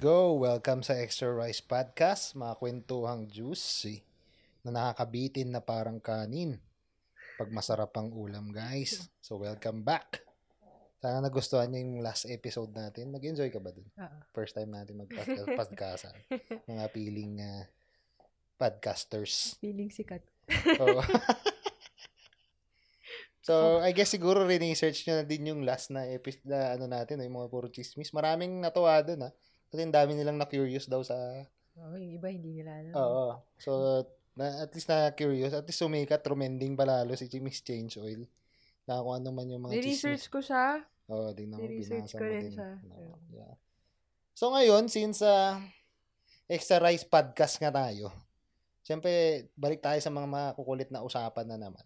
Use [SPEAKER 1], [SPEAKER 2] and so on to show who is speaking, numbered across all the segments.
[SPEAKER 1] go! Welcome sa Extra Rice Podcast, mga kwentuhang juicy na nakakabitin na parang kanin pag masarap ang ulam, guys. So, welcome back! Sana nagustuhan niyo yung last episode natin. Nag-enjoy ka ba dun?
[SPEAKER 2] Oo.
[SPEAKER 1] First time natin mag-podcast. mga piling ah, podcasters.
[SPEAKER 2] Feeling sikat.
[SPEAKER 1] Oo. so, I guess siguro re-research nyo na din yung last na episode na ano natin, yung mga puro chismis. Maraming natuwa doon, ha? Kasi ang dami nilang na-curious daw sa...
[SPEAKER 2] Oo, yung iba hindi nila alam.
[SPEAKER 1] Oo. So, na, at least na-curious. At least sumikat, trumending palalo si Miss Change Oil. Na kung ano man yung mga
[SPEAKER 2] Ni-research ko siya.
[SPEAKER 1] chismis. Oo, tingnan mo,
[SPEAKER 2] ni-research
[SPEAKER 1] binasa
[SPEAKER 2] ko
[SPEAKER 1] mo
[SPEAKER 2] rin
[SPEAKER 1] din.
[SPEAKER 2] siya.
[SPEAKER 1] Oo, yeah. So, ngayon, since sa Extra Rice Podcast nga tayo, Siyempre, balik tayo sa mga makukulit na usapan na naman.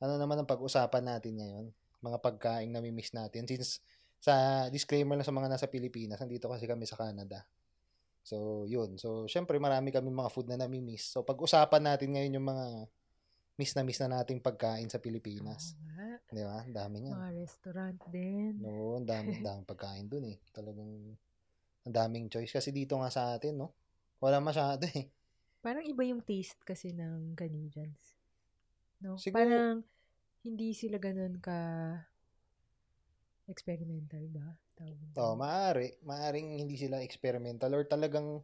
[SPEAKER 1] Ano naman ang pag-usapan natin ngayon? Mga pagkain na miss natin. Since, sa disclaimer na sa mga nasa Pilipinas, nandito kasi kami sa Canada. So, yun. So, syempre, marami kami mga food na nami-miss. So, pag-usapan natin ngayon yung mga miss na miss na nating pagkain sa Pilipinas.
[SPEAKER 2] Oo nga.
[SPEAKER 1] Di ba? Ang dami nga.
[SPEAKER 2] Mga restaurant din.
[SPEAKER 1] No, ang dami, ang daming pagkain dun eh. Talagang, ang daming choice. Kasi dito nga sa atin, no? Wala masyado eh.
[SPEAKER 2] Parang iba yung taste kasi ng Canadians. No?
[SPEAKER 1] Siguro-
[SPEAKER 2] Parang hindi sila ganun ka experimental ba? Tawag doon.
[SPEAKER 1] Oh, maaari. Maaring hindi sila experimental or talagang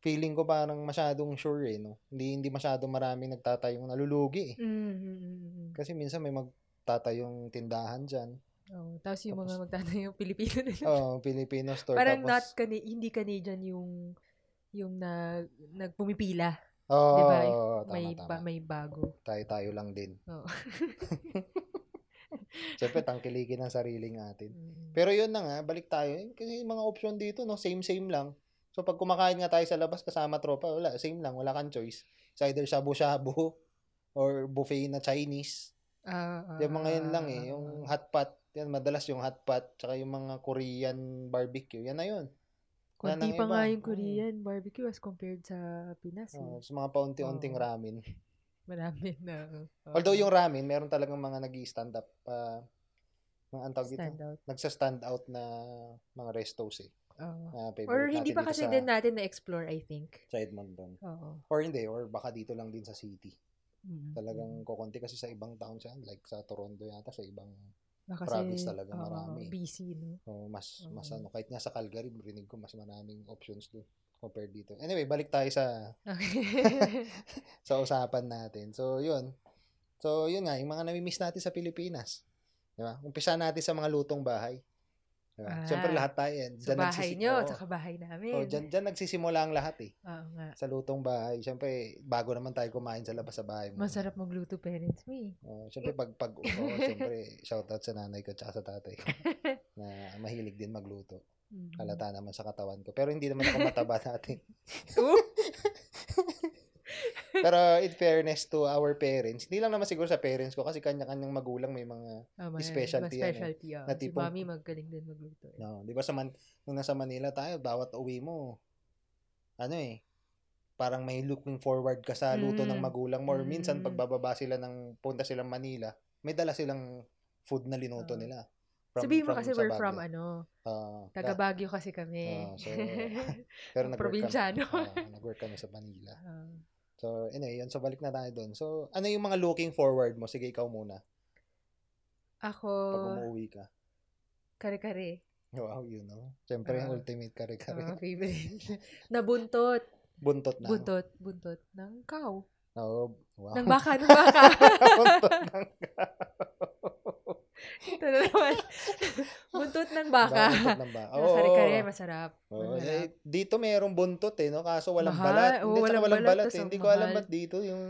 [SPEAKER 1] feeling ko parang masyadong sure eh, no? Hindi, hindi masyadong marami nagtatayong nalulugi eh.
[SPEAKER 2] Mm, mm, mm, mm.
[SPEAKER 1] Kasi minsan may magtatayong tindahan dyan.
[SPEAKER 2] Oo, tapos yung
[SPEAKER 1] Tapos-
[SPEAKER 2] mga magtatayong Pilipino na
[SPEAKER 1] Oh, Filipino store.
[SPEAKER 2] Parang
[SPEAKER 1] tapos,
[SPEAKER 2] not Cana- hindi Canadian yung yung nag nagpumipila.
[SPEAKER 1] oh,
[SPEAKER 2] diba?
[SPEAKER 1] tama,
[SPEAKER 2] may
[SPEAKER 1] tama.
[SPEAKER 2] ba- may bago.
[SPEAKER 1] Tayo-tayo lang din.
[SPEAKER 2] Oo.
[SPEAKER 1] Siyempre, tangkilikin ang sarili natin.
[SPEAKER 2] Mm.
[SPEAKER 1] Pero yun na nga, balik tayo. Eh, Kasi yung mga option dito, no? Same-same lang. So, pag kumakain nga tayo sa labas kasama tropa, wala. Same lang. Wala kang choice. It's either shabu-shabu or buffet na Chinese.
[SPEAKER 2] Ah, ah,
[SPEAKER 1] Yung mga yun
[SPEAKER 2] ah,
[SPEAKER 1] lang
[SPEAKER 2] ah,
[SPEAKER 1] eh.
[SPEAKER 2] ah,
[SPEAKER 1] Yung
[SPEAKER 2] ah.
[SPEAKER 1] hot pot. Yan, madalas yung hot pot. Tsaka yung mga Korean barbecue. Yan na yun.
[SPEAKER 2] Konti
[SPEAKER 1] ng
[SPEAKER 2] pa
[SPEAKER 1] iba.
[SPEAKER 2] nga yung
[SPEAKER 1] Mm.
[SPEAKER 2] Korean barbecue as compared sa Pinas. eh.
[SPEAKER 1] Oh, so, mga paunti-unting
[SPEAKER 2] Oo.
[SPEAKER 1] ramen.
[SPEAKER 2] Marami na. oh, um, oo.
[SPEAKER 1] Although yung ramen, meron talagang mga nag stand up. ah, mga antag dito.
[SPEAKER 2] stand out.
[SPEAKER 1] Nagsa-stand out na mga restos eh.
[SPEAKER 2] oo.
[SPEAKER 1] Na favorite
[SPEAKER 2] Or hindi
[SPEAKER 1] natin
[SPEAKER 2] pa
[SPEAKER 1] dito
[SPEAKER 2] kasi
[SPEAKER 1] sa,
[SPEAKER 2] din natin na-explore, I think.
[SPEAKER 1] Sa Edmonton.
[SPEAKER 2] Oo.
[SPEAKER 1] Or hindi. Or baka dito lang din sa city.
[SPEAKER 2] Mm.
[SPEAKER 1] Talagang kukunti kasi sa ibang town siya. Like sa Toronto yata. Sa ibang
[SPEAKER 2] Baka
[SPEAKER 1] province talaga
[SPEAKER 2] oo,
[SPEAKER 1] marami.
[SPEAKER 2] busy, no?
[SPEAKER 1] Oh, mas mas
[SPEAKER 2] Oo.
[SPEAKER 1] ano kahit nga sa Calgary rinig ko mas maraming options doon compared dito. Anyway, balik tayo sa
[SPEAKER 2] Okay.
[SPEAKER 1] sa usapan natin. So, yun. So, yun nga, yung mga nami-miss natin sa Pilipinas. Di ba? Umpisa natin sa mga lutong bahay. Di ba?
[SPEAKER 2] Ah.
[SPEAKER 1] Siyempre lahat tayo yan.
[SPEAKER 2] sa bahay nyo,
[SPEAKER 1] Oo.
[SPEAKER 2] sa bahay namin.
[SPEAKER 1] Oo, dyan, dyan nagsisimula ang lahat eh.
[SPEAKER 2] Oo nga.
[SPEAKER 1] Sa lutong bahay. Siyempre, bago naman tayo kumain sa labas sa bahay mo.
[SPEAKER 2] Masarap magluto parents mo eh.
[SPEAKER 1] Oo, siyempre, pag, pag, oo, siyempre, shoutout sa nanay ko at sa tatay ko na mahilig din magluto.
[SPEAKER 2] Mm.
[SPEAKER 1] Halata naman sa katawan ko. Pero hindi naman ako mataba natin.
[SPEAKER 2] Oh!
[SPEAKER 1] Pero in fairness to our parents, hindi lang naman siguro sa parents ko kasi kanya-kanyang magulang may mga,
[SPEAKER 2] Ah, may-
[SPEAKER 1] Specialty
[SPEAKER 2] may
[SPEAKER 1] yan eh.
[SPEAKER 2] specialty, oo.
[SPEAKER 1] Na
[SPEAKER 2] Si
[SPEAKER 1] tipong-
[SPEAKER 2] mami magaling din magluto. Eh.
[SPEAKER 1] no, 'di ba sa man, nung nasa Manila tayo, bawat uwi mo ano eh, parang may looking forward ka sa luto ng
[SPEAKER 2] Mm.
[SPEAKER 1] magulang mo or minsan
[SPEAKER 2] Mm.
[SPEAKER 1] pag bababa sila ng punta silang Manila, may dala silang food na linuto
[SPEAKER 2] Oo.
[SPEAKER 1] nila.
[SPEAKER 2] Ah. Sabihin mo kasi
[SPEAKER 1] sa
[SPEAKER 2] we're from
[SPEAKER 1] Baguio.
[SPEAKER 2] ano,
[SPEAKER 1] Oo,
[SPEAKER 2] taga
[SPEAKER 1] da-
[SPEAKER 2] Baguio kasi kami.
[SPEAKER 1] oo, Ah, so, pero nag-work kami.
[SPEAKER 2] Probinsyano.
[SPEAKER 1] Oo, nag-work kami sa Manila.
[SPEAKER 2] Ah.
[SPEAKER 1] So, anyway, yun. So, balik na tayo doon. So, ano yung mga looking forward mo? Sige, ikaw muna.
[SPEAKER 2] Ako,
[SPEAKER 1] Pag umuwi ka.
[SPEAKER 2] kare-kare.
[SPEAKER 1] Wow, you know. Siyempre, yung
[SPEAKER 2] Oo.
[SPEAKER 1] ultimate kare-kare.
[SPEAKER 2] Mga favorite. Nabuntot.
[SPEAKER 1] buntot na.
[SPEAKER 2] Mm-hmm. Buntot. Buntot. Ng cow.
[SPEAKER 1] Oo, wow.
[SPEAKER 2] Ng baka, ng baka.
[SPEAKER 1] Ah. buntot ng
[SPEAKER 2] Ito na naman. Buntot ng baka.
[SPEAKER 1] Buntot ng baka.
[SPEAKER 2] Mga
[SPEAKER 1] Oo.
[SPEAKER 2] Kare-kare, masarap.
[SPEAKER 1] Oo,
[SPEAKER 2] Masarap.
[SPEAKER 1] eh, dito mayroong buntot eh, no? Kaso walang
[SPEAKER 2] Mahal.
[SPEAKER 1] balat.
[SPEAKER 2] Oo,
[SPEAKER 1] Hindi, tsaka
[SPEAKER 2] walang
[SPEAKER 1] walang
[SPEAKER 2] balat,
[SPEAKER 1] balat,
[SPEAKER 2] tas
[SPEAKER 1] eh.
[SPEAKER 2] ang
[SPEAKER 1] Hindi ko alam
[SPEAKER 2] mahal.
[SPEAKER 1] ba't dito yung...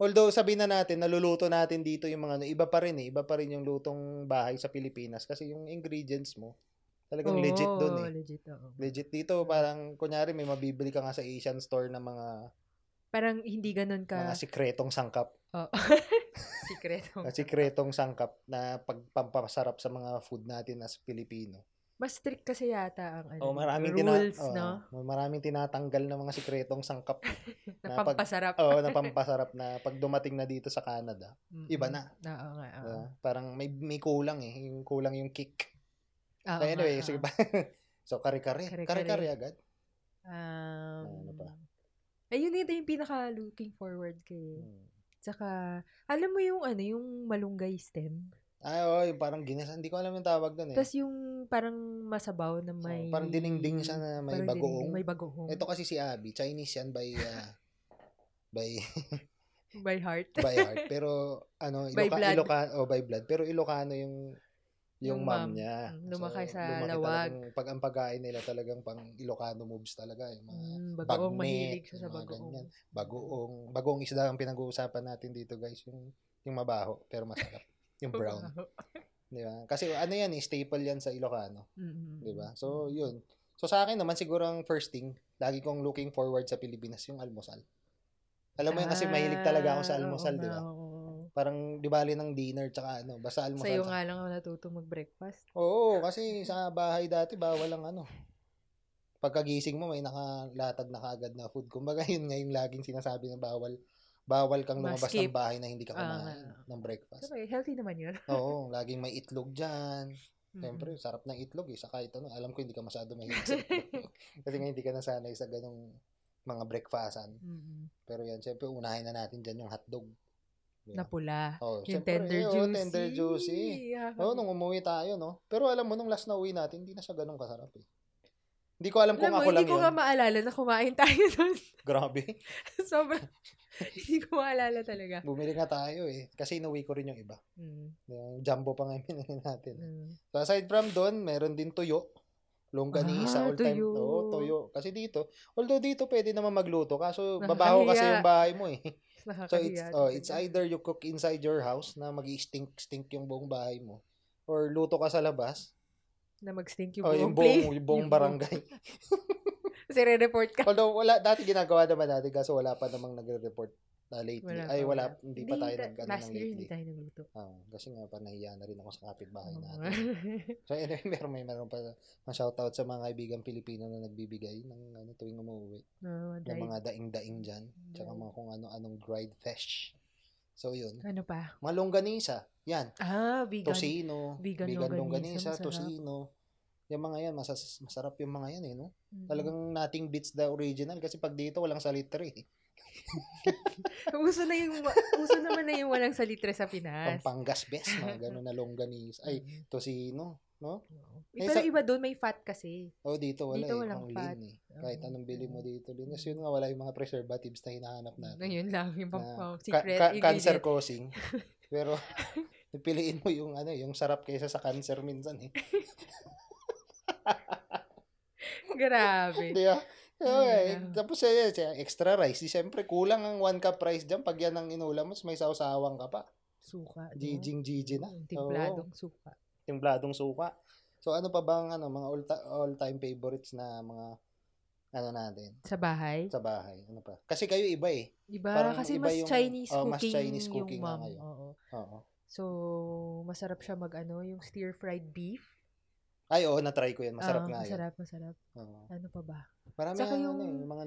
[SPEAKER 1] Although sabihin na natin, naluluto natin dito yung mga ano, iba pa rin eh. Iba pa rin yung lutong bahay sa Pilipinas kasi yung ingredients mo talagang
[SPEAKER 2] Oo,
[SPEAKER 1] legit doon eh.
[SPEAKER 2] legit, oo.
[SPEAKER 1] Legit dito, parang kunyari may mabibili ka nga sa Asian store ng mga
[SPEAKER 2] Parang hindi ganun ka.
[SPEAKER 1] mga sikretong sangkap.
[SPEAKER 2] Oo. Sikreto.
[SPEAKER 1] Mga sikretong sangkap na pagpampasarap sa mga food natin as Pilipino.
[SPEAKER 2] Mas strict kasi yata ang ano,
[SPEAKER 1] O maraming tina-
[SPEAKER 2] rules,
[SPEAKER 1] oo,
[SPEAKER 2] no?
[SPEAKER 1] maraming tinatanggal na mga sikretong sangkap.
[SPEAKER 2] Na
[SPEAKER 1] Napag-
[SPEAKER 2] pampasarap.
[SPEAKER 1] Oo, na pampasarap na pag dumating na dito sa Canada, Ah,
[SPEAKER 2] Mm-mm.
[SPEAKER 1] iba na. Diba?
[SPEAKER 2] Oo nga. oo.
[SPEAKER 1] Ah, parang may may kulang eh, yung kulang yung kick.
[SPEAKER 2] Oo
[SPEAKER 1] But
[SPEAKER 2] nga,
[SPEAKER 1] anyway,
[SPEAKER 2] oo.
[SPEAKER 1] sige ba. So, kare-kare.
[SPEAKER 2] ah. Kare-kare.
[SPEAKER 1] Kare-kare agad.
[SPEAKER 2] Um,
[SPEAKER 1] ano pa?
[SPEAKER 2] Ayun, ito yung pinaka looking forward kay.
[SPEAKER 1] Hmm.
[SPEAKER 2] Tsaka, alam mo yung ano, yung malunggay stem.
[SPEAKER 1] Ay, oo, yung parang ginas. Hindi ko alam yung tawag doon eh.
[SPEAKER 2] Tapos yung parang masabaw na
[SPEAKER 1] So,
[SPEAKER 2] may...
[SPEAKER 1] parang dinding-ding siya na may
[SPEAKER 2] parang
[SPEAKER 1] bagoong.
[SPEAKER 2] dinding- May bagoong.
[SPEAKER 1] Ito kasi si Abby, Chinese yan by ah, by
[SPEAKER 2] By heart.
[SPEAKER 1] by heart, pero ano,
[SPEAKER 2] By
[SPEAKER 1] Iloca,
[SPEAKER 2] blood.
[SPEAKER 1] Ilocano, oh, by blood, pero Ilocano yung yung
[SPEAKER 2] Yung
[SPEAKER 1] mom
[SPEAKER 2] mom.
[SPEAKER 1] niya.
[SPEAKER 2] Mm, lumaki sa
[SPEAKER 1] lumaki
[SPEAKER 2] lawag.
[SPEAKER 1] talagang- Pag ang pagkain nila talagang pang Ilocano moves talaga. Yung mga
[SPEAKER 2] Mm, bagoong,
[SPEAKER 1] bagme,
[SPEAKER 2] mahilig siya sa
[SPEAKER 1] yung mga ganyan.
[SPEAKER 2] bagoong.
[SPEAKER 1] bagoong, bagoong isda ang pinag-uusapan natin dito guys. Yung, yung mabaho, pero masarap. Yung brown. di ba? Kasi ano yan, eh, staple yan sa Ilocano.
[SPEAKER 2] Mm-mm.
[SPEAKER 1] Di ba? So,
[SPEAKER 2] Mm-hmm.
[SPEAKER 1] yun. So, sa akin naman, siguro ang first thing, lagi kong looking forward sa Pilipinas, yung almusal. Alam mo yun, kasi mahilig talaga ako sa
[SPEAKER 2] Ah,
[SPEAKER 1] almusal,
[SPEAKER 2] oo
[SPEAKER 1] di ba?
[SPEAKER 2] nga, oo.
[SPEAKER 1] Parang, di bali ng dinner, tsaka ano, basta almusal.
[SPEAKER 2] Sa'yo nga lang ako natutong mag-breakfast.
[SPEAKER 1] Oo, kasi sa bahay dati, bawal ang ano. Pagkagising mo, may nakalatag na kaagad na food. Kumbaga, yun nga yung laging sinasabi na bawal. Bawal kang lumabas
[SPEAKER 2] Maskip.
[SPEAKER 1] ng bahay na hindi ka
[SPEAKER 2] Ah,
[SPEAKER 1] kumain
[SPEAKER 2] nga.
[SPEAKER 1] ng breakfast.
[SPEAKER 2] Sabay, healthy naman yun. Mm.
[SPEAKER 1] Oo, laging may itlog dyan.
[SPEAKER 2] Mm-mm.
[SPEAKER 1] Siyempre, sarap ng itlog eh. Sa kahit ano, alam ko hindi ka masyado mahilig sa itlog. Kasi nga hindi ka nasanay sa ganong mga breakfastan.
[SPEAKER 2] Mm-mm.
[SPEAKER 1] Pero yan, siyempre, unahin na natin dyan yung hotdog. Yeah.
[SPEAKER 2] Napula.
[SPEAKER 1] Oh,
[SPEAKER 2] Yung
[SPEAKER 1] syempre,
[SPEAKER 2] tender
[SPEAKER 1] eh, oh,
[SPEAKER 2] juicy. Ah.
[SPEAKER 1] tender eh. juicy. Oo, nung umuwi tayo, no? Pero alam mo, nung last na uwi natin, hindi na siya ganun kasarap eh. Hindi ko alam kung
[SPEAKER 2] Alam mo,
[SPEAKER 1] ako lang
[SPEAKER 2] hindi ko
[SPEAKER 1] yun.
[SPEAKER 2] nga maalala na kumain tayo doon.
[SPEAKER 1] Grabe.
[SPEAKER 2] Sobrang, hindi ko maalala talaga.
[SPEAKER 1] Bumili nga tayo eh. Kasi inuwi ko rin yung iba.
[SPEAKER 2] Mm,
[SPEAKER 1] Yung jumbo pa nga yung binili natin.
[SPEAKER 2] mm.
[SPEAKER 1] So aside from doon, meron din tuyo. Longganisa
[SPEAKER 2] Ah,
[SPEAKER 1] all time.
[SPEAKER 2] tuyo.
[SPEAKER 1] Oo, tuyo. Kasi dito, although dito pwede naman magluto,
[SPEAKER 2] Ah,
[SPEAKER 1] kaso babaho kasi
[SPEAKER 2] Nakakahiya.
[SPEAKER 1] yung bahay mo eh. So it's,
[SPEAKER 2] Nakakahiya.
[SPEAKER 1] oh, it's either you cook inside your house na mag stink stink yung buong bahay mo or luto ka sa labas.
[SPEAKER 2] Na mag-stink yung
[SPEAKER 1] Oh,
[SPEAKER 2] buong
[SPEAKER 1] yung
[SPEAKER 2] play.
[SPEAKER 1] buong, yung buong barangay.
[SPEAKER 2] Kasi re-report ka.
[SPEAKER 1] Although wala dati ginagawa naman natin kaso wala pa namang nagre-report na lately.
[SPEAKER 2] Wala
[SPEAKER 1] Ay
[SPEAKER 2] pa,
[SPEAKER 1] wala,
[SPEAKER 2] wala.
[SPEAKER 1] hindi pa tayo
[SPEAKER 2] ta-
[SPEAKER 1] nag ano
[SPEAKER 2] Last
[SPEAKER 1] ng
[SPEAKER 2] year, hindi
[SPEAKER 1] lately.
[SPEAKER 2] tayo nagluto.
[SPEAKER 1] Ah, kasi nga pa nahiya na rin ako sa kapitbahay
[SPEAKER 2] Oo.
[SPEAKER 1] natin. So anyway, meron may meron pa mga shoutout sa mga kaibigan Pilipino na nagbibigay ng ano tuwing umuwi.
[SPEAKER 2] No,
[SPEAKER 1] Ng
[SPEAKER 2] dahil-
[SPEAKER 1] mga daing-daing diyan, tsaka mga kung ano-anong dried fish. So yun,
[SPEAKER 2] Ano pa?
[SPEAKER 1] mga longganisa, yan,
[SPEAKER 2] Ah, vegan.
[SPEAKER 1] tosino,
[SPEAKER 2] vegan
[SPEAKER 1] vegan longganisa,
[SPEAKER 2] longganisa, masarap.
[SPEAKER 1] tosino. Yung mga yan, masas- masarap yung mga yan eh, no?
[SPEAKER 2] Mm.
[SPEAKER 1] Talagang nating beats the original kasi pag dito walang salitre. Eh.
[SPEAKER 2] uso na yung, uso naman na yung walang salitre sa Pinas.
[SPEAKER 1] Pampangas best, mga ganun na longganis. Ay,
[SPEAKER 2] Mm.
[SPEAKER 1] tosino.
[SPEAKER 2] Oo.
[SPEAKER 1] Eh,
[SPEAKER 2] Pero
[SPEAKER 1] sa-
[SPEAKER 2] iba doon may fat kasi.
[SPEAKER 1] Oh, dito wala
[SPEAKER 2] Dito
[SPEAKER 1] eh.
[SPEAKER 2] walang
[SPEAKER 1] Ang
[SPEAKER 2] fat. Oh,
[SPEAKER 1] lean eh. Kahit
[SPEAKER 2] Oo.
[SPEAKER 1] anong bili mo dito. Lean. Kasi yun nga, wala yung mga preservatives na hinahanap natin.
[SPEAKER 2] Ayun lang, yung pang
[SPEAKER 1] Na-
[SPEAKER 2] pang-
[SPEAKER 1] Ka-
[SPEAKER 2] secret
[SPEAKER 1] ka-
[SPEAKER 2] ingredient.
[SPEAKER 1] cancer causing. Pero, piliin mo yung ano, yung sarap kaysa sa cancer minsan eh.
[SPEAKER 2] Grabe.
[SPEAKER 1] Di ba? Okay.
[SPEAKER 2] Yeah.
[SPEAKER 1] Tapos eh, siya, extra rice. Di syempre, kulang ang one cup rice dyan. Pag yan ang inulam mo, may sausawang ka
[SPEAKER 2] Mm-hmm.
[SPEAKER 1] pa.
[SPEAKER 2] Suka. no?
[SPEAKER 1] Jijing jiji na. Oo.
[SPEAKER 2] Yung Timpladong suka.
[SPEAKER 1] timbladong suka. So ano pa bang ano mga all all-time favorites na mga ano natin
[SPEAKER 2] Sa bahay.
[SPEAKER 1] sa bahay? Ano pa? Kasi kayo iba eh.
[SPEAKER 2] Iba,
[SPEAKER 1] Parang
[SPEAKER 2] Diba? kasi
[SPEAKER 1] iba
[SPEAKER 2] mas
[SPEAKER 1] yung-
[SPEAKER 2] Chinese
[SPEAKER 1] oh,
[SPEAKER 2] cooking
[SPEAKER 1] mas Chinese cooking
[SPEAKER 2] yung
[SPEAKER 1] nga
[SPEAKER 2] mom.
[SPEAKER 1] ngayon.
[SPEAKER 2] Oo.
[SPEAKER 1] Oo.
[SPEAKER 2] So, masarap siya mag ano, yung stir-fried beef.
[SPEAKER 1] Ay, oo, na-try ko 'yan. Masarap
[SPEAKER 2] Oo,
[SPEAKER 1] nga 'yan.
[SPEAKER 2] Masarap, masarap.
[SPEAKER 1] Oo.
[SPEAKER 2] Ano pa ba?
[SPEAKER 1] Marami
[SPEAKER 2] Saka
[SPEAKER 1] yung, ano,
[SPEAKER 2] yung-
[SPEAKER 1] yung mga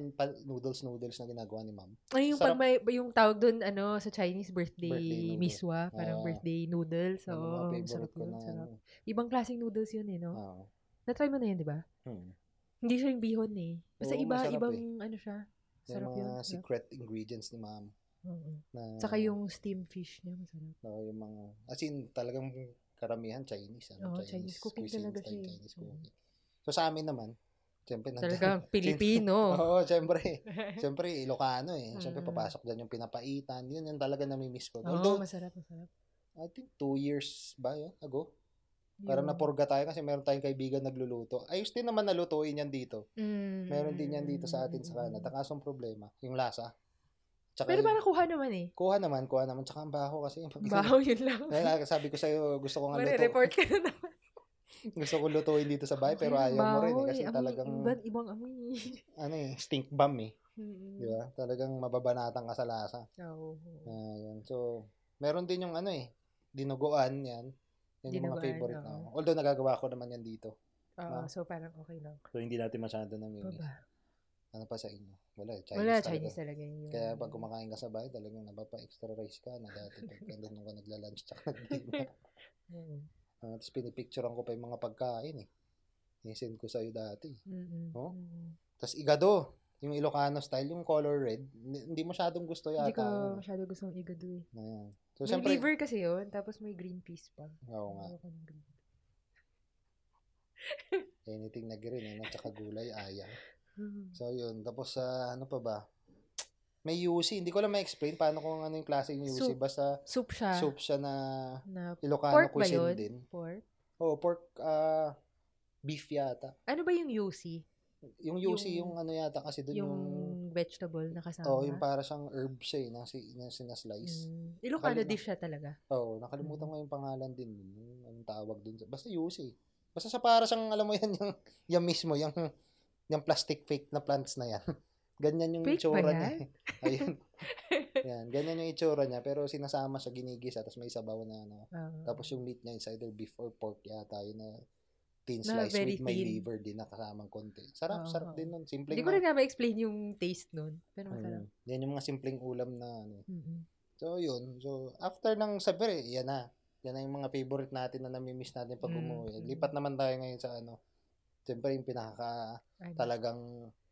[SPEAKER 1] noodles noodles na ginagawa ni Ma'am.
[SPEAKER 2] Ay, yung,
[SPEAKER 1] Sarap.
[SPEAKER 2] pag may, yung tawag doon, ano, sa Chinese birthday,
[SPEAKER 1] Birthday noodle.
[SPEAKER 2] miswa, parang
[SPEAKER 1] Ah.
[SPEAKER 2] birthday noodles. So,
[SPEAKER 1] Yung mga
[SPEAKER 2] sarap
[SPEAKER 1] favorite ko
[SPEAKER 2] yun,
[SPEAKER 1] na. Ah.
[SPEAKER 2] sarap.
[SPEAKER 1] ano.
[SPEAKER 2] Ibang klaseng noodles yun eh, no?
[SPEAKER 1] Oo.
[SPEAKER 2] Natry mo na yun, di ba?
[SPEAKER 1] Hmm.
[SPEAKER 2] Hindi siya yung bihon eh. Basta
[SPEAKER 1] Oo,
[SPEAKER 2] iba,
[SPEAKER 1] masarap eh.
[SPEAKER 2] ibang ano siya.
[SPEAKER 1] Yung
[SPEAKER 2] Sarap
[SPEAKER 1] mga
[SPEAKER 2] yun. Sarap.
[SPEAKER 1] secret ingredients ni Ma'am
[SPEAKER 2] Oo.
[SPEAKER 1] na
[SPEAKER 2] Tsaka yung steamed fish niya, masarap.
[SPEAKER 1] Oo, yung mga as in talagang karamihan Chinese, ano,
[SPEAKER 2] Oo, Chinese cooking
[SPEAKER 1] cuisine
[SPEAKER 2] talaga
[SPEAKER 1] style,
[SPEAKER 2] siya eh.
[SPEAKER 1] Chinese
[SPEAKER 2] Mm.
[SPEAKER 1] cooking. So sa amin naman, syempre nandun-
[SPEAKER 2] Talagang Pilipino.
[SPEAKER 1] Oo, syempre. Syempre, Ilocano eh. Syempre,
[SPEAKER 2] Mm.
[SPEAKER 1] papasok dyan yung pinapaitan. Yun yung talaga namimiss ko.
[SPEAKER 2] Oo,
[SPEAKER 1] Although,
[SPEAKER 2] masarap, masarap.
[SPEAKER 1] I think two years ba yun ago? Parang
[SPEAKER 2] Yun.
[SPEAKER 1] napurga tayo kasi meron tayong kaibigan nagluluto. Ayos din naman nalutuin yan dito.
[SPEAKER 2] Mm,
[SPEAKER 1] Meron din yan dito sa atin
[SPEAKER 2] mm,
[SPEAKER 1] sa
[SPEAKER 2] mm,
[SPEAKER 1] Canada.
[SPEAKER 2] mm.
[SPEAKER 1] Kaso ang problema, yung lasa. Tsaka
[SPEAKER 2] Pero
[SPEAKER 1] yung-
[SPEAKER 2] parang kuha naman eh.
[SPEAKER 1] kuha naman, kuha naman. Tsaka ang baho kasi. Pag-
[SPEAKER 2] Baho yun lang.
[SPEAKER 1] Kaya sabi ko sa'yo, gusto ko nga luto.
[SPEAKER 2] Mare-report ka na naman.
[SPEAKER 1] Gusto ko lutuin dito sa bahay, pero
[SPEAKER 2] Ay,
[SPEAKER 1] ayaw mo rin
[SPEAKER 2] baho
[SPEAKER 1] eh. Kasi
[SPEAKER 2] Amoy-
[SPEAKER 1] talagang,
[SPEAKER 2] Ibang, ibang amoy.
[SPEAKER 1] ano eh, stink bomb eh.
[SPEAKER 2] Mm,
[SPEAKER 1] Di ba? Ah, Talagang mababanatan ka sa lasa.
[SPEAKER 2] Oo.
[SPEAKER 1] Ayan. So, meron din yung ano eh, dinuguan yan. Yan yung mga
[SPEAKER 2] Dinuguan,
[SPEAKER 1] favorite na.
[SPEAKER 2] oo.
[SPEAKER 1] ako. Although nagagawa ko naman yan dito.
[SPEAKER 2] Oo,
[SPEAKER 1] Ah.
[SPEAKER 2] so parang okay lang.
[SPEAKER 1] So, hindi natin masyado namimiss.
[SPEAKER 2] Baba.
[SPEAKER 1] Ano pa sa inyo? Wala, eh, Chinese
[SPEAKER 2] Wala,
[SPEAKER 1] talaga.
[SPEAKER 2] Chinese talaga yun.
[SPEAKER 1] Kaya pag kumakain ka sa bahay, talagang napapa-extra rice ka na dati pag nandun ka nagla-lunch tsaka nag-dinner.
[SPEAKER 2] Mm.
[SPEAKER 1] Ah, Tapos pinipicturean ko pa yung mga pagkain eh. Nisend ko sa'yo dati.
[SPEAKER 2] Mm-mm.
[SPEAKER 1] Oh?
[SPEAKER 2] Mm.
[SPEAKER 1] Tapos igado, yung Ilocano style, yung color red, hindi hindi masyadong gusto yata.
[SPEAKER 2] Hindi ko
[SPEAKER 1] yun.
[SPEAKER 2] masyado gusto ng igado eh.
[SPEAKER 1] Ayan. So,
[SPEAKER 2] may
[SPEAKER 1] siyempre,
[SPEAKER 2] liver kasi yun, tapos may green peas pa.
[SPEAKER 1] oo nga,
[SPEAKER 2] Ayoko ng green.
[SPEAKER 1] anything na green, eh, at saka gulay, ayaw.
[SPEAKER 2] Hmm.
[SPEAKER 1] So, yun. Tapos, sa ano pa ba? May yusi. Hindi ko lang ma-explain paano kung ano yung klase ng yusi.
[SPEAKER 2] Soup. Ah.
[SPEAKER 1] Basta
[SPEAKER 2] Soup siya.
[SPEAKER 1] soup siya na
[SPEAKER 2] Na
[SPEAKER 1] Ilocano
[SPEAKER 2] pork ba
[SPEAKER 1] cuisine
[SPEAKER 2] yun?
[SPEAKER 1] din.
[SPEAKER 2] Pork?
[SPEAKER 1] Oh, pork, ah, beef yata.
[SPEAKER 2] Ano ba yung yosi?
[SPEAKER 1] Yung yusi, yung,
[SPEAKER 2] Yung-
[SPEAKER 1] ano yata kasi dun
[SPEAKER 2] Yung,
[SPEAKER 1] yung...
[SPEAKER 2] vegetable na kasama?
[SPEAKER 1] oh, yung para siyang herb siya eh, na, si, na sinaslice.
[SPEAKER 2] Mm. Ilocano
[SPEAKER 1] Nakalimutan.
[SPEAKER 2] dish siya talaga.
[SPEAKER 1] Oo, nakalimutan ko yung pangalan din. Yung, anong tawag dun. sa- Basta yusi. Basta sa para siyang, alam mo yan, yung, yung mismo, yung, yung plastic fake na plants na yan. Ganyan yung
[SPEAKER 2] Fake ba
[SPEAKER 1] itsura
[SPEAKER 2] yan?
[SPEAKER 1] niya. eh. Ayun. yan, ganyan yung itsura niya. Pero sinasama siya, ginigisa, tapos may sabaw na ano.
[SPEAKER 2] Ah.
[SPEAKER 1] Tapos yung meat niya is either beef or pork yata. Yun na thin
[SPEAKER 2] Na
[SPEAKER 1] slice
[SPEAKER 2] very
[SPEAKER 1] with may
[SPEAKER 2] thin.
[SPEAKER 1] liver din na kasamang konti. Sarap,
[SPEAKER 2] Oo.
[SPEAKER 1] sarap din nun. Simpleng
[SPEAKER 2] Hindi ko rin nga ma-explain yung taste nun.
[SPEAKER 1] Mm,
[SPEAKER 2] Pero masarap.
[SPEAKER 1] Yan yung mga simpleng ulam na ano.
[SPEAKER 2] Mm-mm.
[SPEAKER 1] So, yun. So, after ng sabre, yan na. Yan na yung mga favorite natin na namimiss natin pag
[SPEAKER 2] Mm,
[SPEAKER 1] umuwi.
[SPEAKER 2] mm.
[SPEAKER 1] Lipat naman tayo ngayon sa ano. Siyempre, yung pinaka
[SPEAKER 2] Ano?
[SPEAKER 1] talagang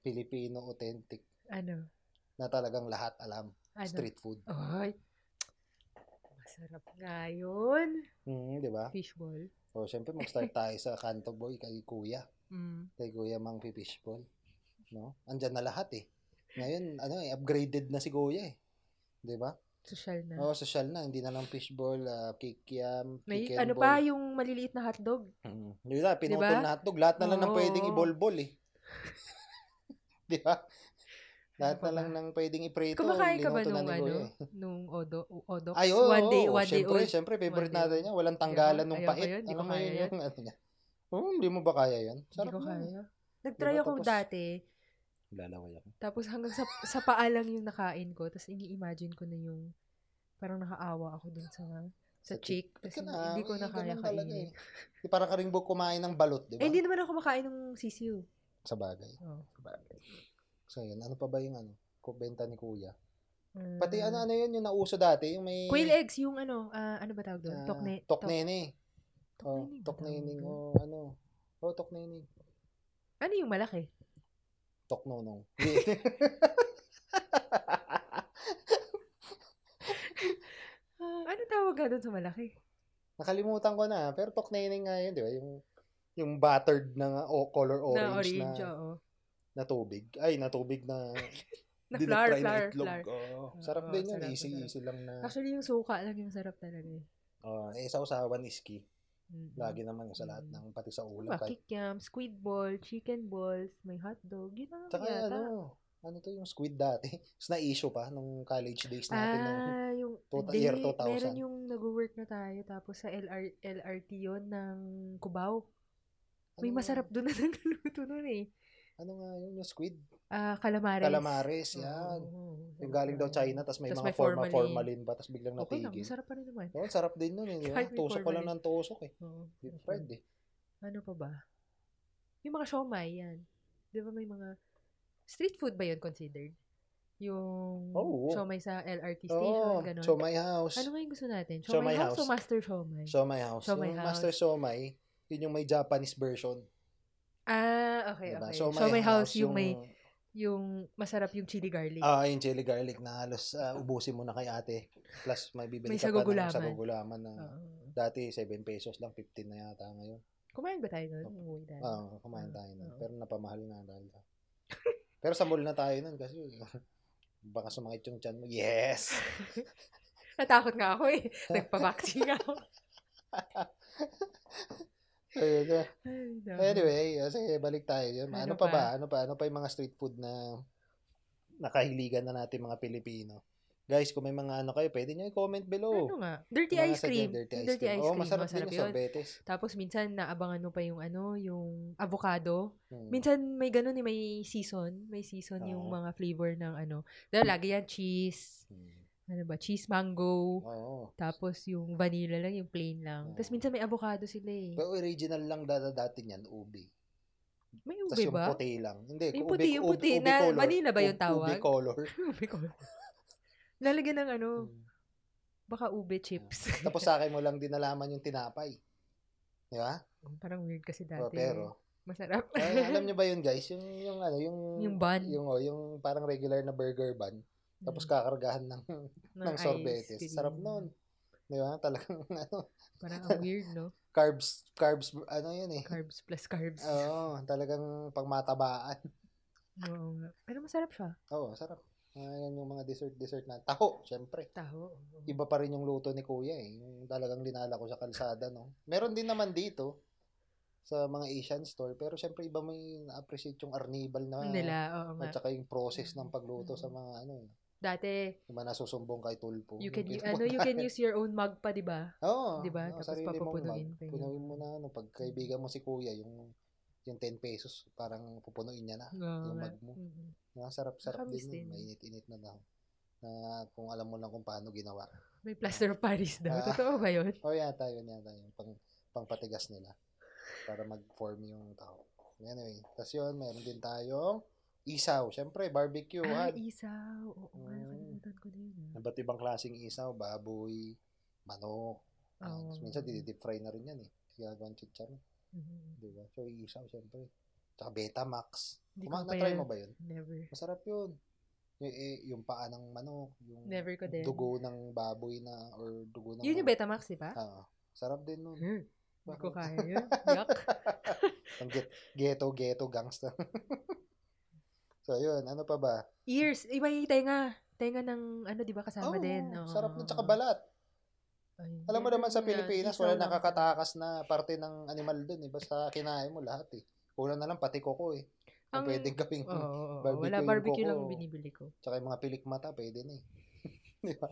[SPEAKER 1] Filipino authentic
[SPEAKER 2] Ano?
[SPEAKER 1] na talagang lahat alam.
[SPEAKER 2] Ano?
[SPEAKER 1] Street food.
[SPEAKER 2] Ay. Masarap nga yun.
[SPEAKER 1] Mm, di ba?
[SPEAKER 2] Fishball.
[SPEAKER 1] O, siyempre, mag-start tayo sa Kanto Boy kay Kuya.
[SPEAKER 2] Mm.
[SPEAKER 1] Kay Kuya Mang Fishball. No? Andyan na lahat eh. Ngayon, ano eh, upgraded na si Kuya eh. Di ba?
[SPEAKER 2] Social na.
[SPEAKER 1] Oo, social na. Hindi na lang fishball, ah, kikiam,
[SPEAKER 2] May
[SPEAKER 1] kikiam
[SPEAKER 2] ano pa, yung maliliit na hotdog.
[SPEAKER 1] Mm. Yun na, pinutol
[SPEAKER 2] Diba?
[SPEAKER 1] na hotdog. Lahat na lang ng pwedeng
[SPEAKER 2] Oo.
[SPEAKER 1] ibolbol eh. Di ba? Lahat
[SPEAKER 2] Ano pa
[SPEAKER 1] na lang
[SPEAKER 2] ba?
[SPEAKER 1] ng pwedeng iprito.
[SPEAKER 2] Kumakain ka ba
[SPEAKER 1] linoto na
[SPEAKER 2] nung
[SPEAKER 1] ni Kuya
[SPEAKER 2] ano?
[SPEAKER 1] eh.
[SPEAKER 2] Nung odo, odox?
[SPEAKER 1] Ay, oo,
[SPEAKER 2] one day,
[SPEAKER 1] oo,
[SPEAKER 2] one day
[SPEAKER 1] syempre,
[SPEAKER 2] old.
[SPEAKER 1] Siyempre, favorite
[SPEAKER 2] One day
[SPEAKER 1] natin
[SPEAKER 2] old.
[SPEAKER 1] yan. Walang tanggalan
[SPEAKER 2] Ayaw-
[SPEAKER 1] nung
[SPEAKER 2] ayaw ko
[SPEAKER 1] pait.
[SPEAKER 2] yun,
[SPEAKER 1] Alam
[SPEAKER 2] di ko
[SPEAKER 1] mo
[SPEAKER 2] kaya
[SPEAKER 1] yun,
[SPEAKER 2] yun.
[SPEAKER 1] yung ano niya. Oo, hindi mo ba kaya yan?
[SPEAKER 2] Hindi
[SPEAKER 1] Sarap
[SPEAKER 2] ko
[SPEAKER 1] mo.
[SPEAKER 2] kaya. Nag-try
[SPEAKER 1] Diba,
[SPEAKER 2] ako
[SPEAKER 1] tapos-
[SPEAKER 2] dati,
[SPEAKER 1] Lalaway ako.
[SPEAKER 2] tapos hanggang sa, sa paa lang yung nakain ko, tapos ini-imagine ko na yung, parang nakaawa ako dun sa, sa
[SPEAKER 1] Sa
[SPEAKER 2] cheek.
[SPEAKER 1] Ba't
[SPEAKER 2] Tapos
[SPEAKER 1] ka na?
[SPEAKER 2] hindi ko na
[SPEAKER 1] Ay,
[SPEAKER 2] kaya
[SPEAKER 1] ganun talaga
[SPEAKER 2] kainin.
[SPEAKER 1] eh. Di parang karing buhok kumain ng balot, di ba?
[SPEAKER 2] Eh, hindi naman ako makain ng sisiyo.
[SPEAKER 1] Sa bagay.
[SPEAKER 2] Oh.
[SPEAKER 1] Sa bagay. So, yun. Ano pa ba yung ano? Kubenta ni Kuya.
[SPEAKER 2] Hmm.
[SPEAKER 1] Pati ano, ano yun, yung nauso dati. Yung may...
[SPEAKER 2] Quail eggs, yung ano, ah, ano ba tawag doon?
[SPEAKER 1] ah,
[SPEAKER 2] tokne.
[SPEAKER 1] Toknene.
[SPEAKER 2] tok-
[SPEAKER 1] Oh,
[SPEAKER 2] toknening ba
[SPEAKER 1] tok
[SPEAKER 2] tawag
[SPEAKER 1] nining
[SPEAKER 2] doon?
[SPEAKER 1] o ano. Oh, tok nining.
[SPEAKER 2] Ano yung malaki?
[SPEAKER 1] Tok nonong.
[SPEAKER 2] Ah, ano tawag ka doon sa malaki?
[SPEAKER 1] Nakalimutan ko na, pero tok nining nga yun, di ba? Yung yung battered na nga, o color orange na,
[SPEAKER 2] na orange, oh. oo.
[SPEAKER 1] na tubig. Ay, na tubig na
[SPEAKER 2] Na
[SPEAKER 1] di na-fry
[SPEAKER 2] flower,
[SPEAKER 1] na
[SPEAKER 2] flower,
[SPEAKER 1] itlog.
[SPEAKER 2] flour.
[SPEAKER 1] Oo.
[SPEAKER 2] Oo,
[SPEAKER 1] sarap din yun.
[SPEAKER 2] sarap,
[SPEAKER 1] easy,
[SPEAKER 2] sarap.
[SPEAKER 1] easy lang na.
[SPEAKER 2] Actually, yung suka lang yung sarap talaga eh.
[SPEAKER 1] Oh, eh, sa usawan, iski.
[SPEAKER 2] Mm-mm.
[SPEAKER 1] Lagi naman sa lahat
[SPEAKER 2] Mm.
[SPEAKER 1] ng, pati sa ulam.
[SPEAKER 2] Diba,
[SPEAKER 1] Kahit,
[SPEAKER 2] kikiam, squid ball, chicken balls, may hotdog, yun lang
[SPEAKER 1] tsaka
[SPEAKER 2] yata.
[SPEAKER 1] ano, ano to yung squid dati? Tapos na-issue pa nung college days natin. nung-
[SPEAKER 2] Ah, yung
[SPEAKER 1] Tota-
[SPEAKER 2] di,
[SPEAKER 1] year 2000.
[SPEAKER 2] meron yung nag-work na tayo tapos sa LR, LRT yon ng Cubao.
[SPEAKER 1] ano
[SPEAKER 2] May
[SPEAKER 1] nga-
[SPEAKER 2] masarap doon na nagluluto noon eh.
[SPEAKER 1] Ano nga yun, yung squid?
[SPEAKER 2] Ah, calamares.
[SPEAKER 1] Calamares, yan. Yung galing daw China, tapos may
[SPEAKER 2] Tas
[SPEAKER 1] mga
[SPEAKER 2] may
[SPEAKER 1] forma,
[SPEAKER 2] formalin.
[SPEAKER 1] formalin pa, tapos biglang
[SPEAKER 2] Okay lang,
[SPEAKER 1] natigil.
[SPEAKER 2] masarap pa rin naman.
[SPEAKER 1] Oo, sarap din nun. Eh. di ba?
[SPEAKER 2] Kahit may
[SPEAKER 1] Tusok ko lang
[SPEAKER 2] formalin.
[SPEAKER 1] ng tusok eh.
[SPEAKER 2] Oo.
[SPEAKER 1] Deep fried eh.
[SPEAKER 2] Ano pa ba? Yung mga siomay, yan. Di ba may mga... Street food ba yun considered? Yung
[SPEAKER 1] Oo.
[SPEAKER 2] siomay sa LRT station,
[SPEAKER 1] Oo,
[SPEAKER 2] ganun.
[SPEAKER 1] so my house.
[SPEAKER 2] ano nga yung gusto natin?
[SPEAKER 1] Siomay
[SPEAKER 2] Siomay house,
[SPEAKER 1] house.
[SPEAKER 2] o master siomay?
[SPEAKER 1] So my house.
[SPEAKER 2] Siomay
[SPEAKER 1] yung
[SPEAKER 2] house.
[SPEAKER 1] Master Somay, yun yung may Japanese version.
[SPEAKER 2] ah, okay,
[SPEAKER 1] diba?
[SPEAKER 2] okay.
[SPEAKER 1] So
[SPEAKER 2] Siomay, house, yung, may... Yung masarap yung chili garlic.
[SPEAKER 1] Ah, yung chili garlic na halos ah, ubusin mo na kay ate. Plus, may bibili
[SPEAKER 2] May
[SPEAKER 1] ka pa ng
[SPEAKER 2] sagugulaman.
[SPEAKER 1] sagugulaman na
[SPEAKER 2] Oo.
[SPEAKER 1] dati 7 pesos lang, 15 na yata ngayon.
[SPEAKER 2] Kumain ba tayo nun? Umuwi tayo.
[SPEAKER 1] Ah, kumain
[SPEAKER 2] Ah,
[SPEAKER 1] tayo nun.
[SPEAKER 2] oo.
[SPEAKER 1] Pero napamahal nga dahil. sa- Pero sa mall na tayo nun kasi baka sumakit yung chan mo. Yes!
[SPEAKER 2] Natakot nga ako eh. Nagpa-vaccine ako.
[SPEAKER 1] Ayun, eh.
[SPEAKER 2] Ay, nako.
[SPEAKER 1] anyway, eh, sige, balik tayo yun. Ano,
[SPEAKER 2] Ah. Ano
[SPEAKER 1] pa
[SPEAKER 2] pa?
[SPEAKER 1] ba? Ano pa? Ano pa yung mga street food na nakahiligan na natin mga Pilipino? Guys, kung may mga ano kayo, pwede nyo i-comment below.
[SPEAKER 2] Ano nga? Dirty
[SPEAKER 1] Mga
[SPEAKER 2] ice cream.
[SPEAKER 1] sadyan, Dirty ice
[SPEAKER 2] Dirty
[SPEAKER 1] cream.
[SPEAKER 2] ice
[SPEAKER 1] Oo,
[SPEAKER 2] cream.
[SPEAKER 1] masarap, din yung
[SPEAKER 2] yun.
[SPEAKER 1] sorbetes.
[SPEAKER 2] Tapos minsan naabangan mo pa yung ano, yung avocado.
[SPEAKER 1] Hmm.
[SPEAKER 2] Minsan may ganun eh, may season. May season yung
[SPEAKER 1] Oo.
[SPEAKER 2] mga flavor ng ano. Dahil lagi yan cheese.
[SPEAKER 1] Hmm.
[SPEAKER 2] Ano ba? Cheese mango.
[SPEAKER 1] Oo.
[SPEAKER 2] Tapos yung vanilla lang, yung plain lang. Tapos
[SPEAKER 1] Oo.
[SPEAKER 2] minsan may avocado sila eh.
[SPEAKER 1] Pero original lang dada dati niyan, ubi.
[SPEAKER 2] May
[SPEAKER 1] Tapos
[SPEAKER 2] ube
[SPEAKER 1] yung
[SPEAKER 2] ba?
[SPEAKER 1] puti lang. Hindi, ube-
[SPEAKER 2] Yung puti, yung
[SPEAKER 1] ube-
[SPEAKER 2] puti
[SPEAKER 1] ube
[SPEAKER 2] na-
[SPEAKER 1] color.
[SPEAKER 2] vanilla ba yung
[SPEAKER 1] Ube-
[SPEAKER 2] tawag?
[SPEAKER 1] Ube color.
[SPEAKER 2] ube ko. Lalagyan ng ano,
[SPEAKER 1] Hmm.
[SPEAKER 2] baka ube chips.
[SPEAKER 1] Ah. Tapos sa akin mo lang din nalaman yung tinapay. Di ba?
[SPEAKER 2] Parang weird kasi dati.
[SPEAKER 1] Oh, pero,
[SPEAKER 2] Masarap.
[SPEAKER 1] Ay, alam niyo ba yun guys? Yung, yung ano, yung,
[SPEAKER 2] yung bun.
[SPEAKER 1] yung, oh, yung parang regular na burger bun. Tapos kakargahan ng,
[SPEAKER 2] mm,
[SPEAKER 1] ng
[SPEAKER 2] ice
[SPEAKER 1] sorbetes. Sarap
[SPEAKER 2] cream.
[SPEAKER 1] nun. Di ba? Talagang ano,
[SPEAKER 2] Parang ang weird, no?
[SPEAKER 1] carbs, carbs, ano yun eh.
[SPEAKER 2] Carbs plus carbs.
[SPEAKER 1] Oo, talagang pangmatabaan.
[SPEAKER 2] Oo nga. Pero masarap siya.
[SPEAKER 1] Oo, sarap. Ayan yung mga dessert-dessert na. Taho, syempre.
[SPEAKER 2] Taho. oo.
[SPEAKER 1] Iba pa rin yung luto ni Kuya eh. Yung talagang linala ko sa kalsada, no? Meron din naman dito sa mga Asian store. Pero syempre, iba may na-appreciate yung arnibal na.
[SPEAKER 2] Nila, oo nga.
[SPEAKER 1] At saka yung process ng pagluto sa
[SPEAKER 2] Mm.
[SPEAKER 1] mga ano eh.
[SPEAKER 2] Dati,
[SPEAKER 1] Yung mga nasusumbong kay Tulpo.
[SPEAKER 2] you
[SPEAKER 1] Yung
[SPEAKER 2] can, u-
[SPEAKER 1] pinupuntahan.
[SPEAKER 2] ano, you can use your own mug pa, di ba?
[SPEAKER 1] Oo.
[SPEAKER 2] Di ba?
[SPEAKER 1] oo,
[SPEAKER 2] Tapos
[SPEAKER 1] sarili mong
[SPEAKER 2] papapunuin
[SPEAKER 1] bag.
[SPEAKER 2] pa yun.
[SPEAKER 1] Punuin mo na ano. Pag kaibigan mo si Kuya, yung yung 10 pesos, parang pupunuin niya na.
[SPEAKER 2] Oo
[SPEAKER 1] Yung
[SPEAKER 2] nga.
[SPEAKER 1] mag mo.
[SPEAKER 2] Mm-mm.
[SPEAKER 1] Nakasarap-sarap
[SPEAKER 2] Nakamiss
[SPEAKER 1] din. yun.
[SPEAKER 2] din.
[SPEAKER 1] Mainit-init na daw. Na kung alam mo lang kung paano ginawa.
[SPEAKER 2] May plaster of Paris daw.
[SPEAKER 1] Ah.
[SPEAKER 2] Totoo ba yun?
[SPEAKER 1] O yata yun, yata yun. Pang, pangpatigas nila. Para mag-form yung tao. Anyway, tapos yun, meron din tayong isaw. Siyempre, barbecue. Ah,
[SPEAKER 2] Ah, isaw. Oo nga,
[SPEAKER 1] Mm.
[SPEAKER 2] nakalimutan ko din.
[SPEAKER 1] Iba't ibang klaseng isaw. Baboy, manok. Ah,
[SPEAKER 2] Oo.
[SPEAKER 1] tapos minsan, dinidip fry na rin yan eh. Kaya gawang chicharon.
[SPEAKER 2] Mhm.
[SPEAKER 1] Di ba? So, isaw, siyempre. Tsaka Betamax.
[SPEAKER 2] Hindi ko
[SPEAKER 1] Kumain
[SPEAKER 2] pa
[SPEAKER 1] na try
[SPEAKER 2] yun.
[SPEAKER 1] mo ba yun?
[SPEAKER 2] Never.
[SPEAKER 1] Masarap yun. Yung, eh, yung paa ng manok. Yung
[SPEAKER 2] Never ko din.
[SPEAKER 1] Mm. dugo ng baboy na or dugo ng
[SPEAKER 2] Yun yung Betamax, di ba?
[SPEAKER 1] Oo. Sarap din nun.
[SPEAKER 2] Hmm. Hindi
[SPEAKER 1] Ah.
[SPEAKER 2] ko
[SPEAKER 1] Bakit?
[SPEAKER 2] kaya yun. Yuck.
[SPEAKER 1] Ang get, ghetto, ghetto, gangster. so, yun. Ano pa ba?
[SPEAKER 2] Ears. Iba yung tenga. Tenga ng ano, di ba, kasama
[SPEAKER 1] Oo,
[SPEAKER 2] din. Oo.
[SPEAKER 1] Oh, Sarap nun. Tsaka balat.
[SPEAKER 2] Ay,
[SPEAKER 1] Alam mo
[SPEAKER 2] meron
[SPEAKER 1] naman sa
[SPEAKER 2] nga.
[SPEAKER 1] Pilipinas,
[SPEAKER 2] Isaw
[SPEAKER 1] wala
[SPEAKER 2] lang.
[SPEAKER 1] nakakatakas na parte ng animal dun. Eh. Basta kinain mo lahat eh. Kulang na lang pati koko eh. Kung
[SPEAKER 2] Ang-
[SPEAKER 1] pwedeng gawing,
[SPEAKER 2] Oo, oo, oo.
[SPEAKER 1] Barbecue
[SPEAKER 2] Wala
[SPEAKER 1] yung
[SPEAKER 2] barbecue lang
[SPEAKER 1] coco.
[SPEAKER 2] binibili ko.
[SPEAKER 1] tsaka yung mga pilik mata, pwede na eh. Di ba?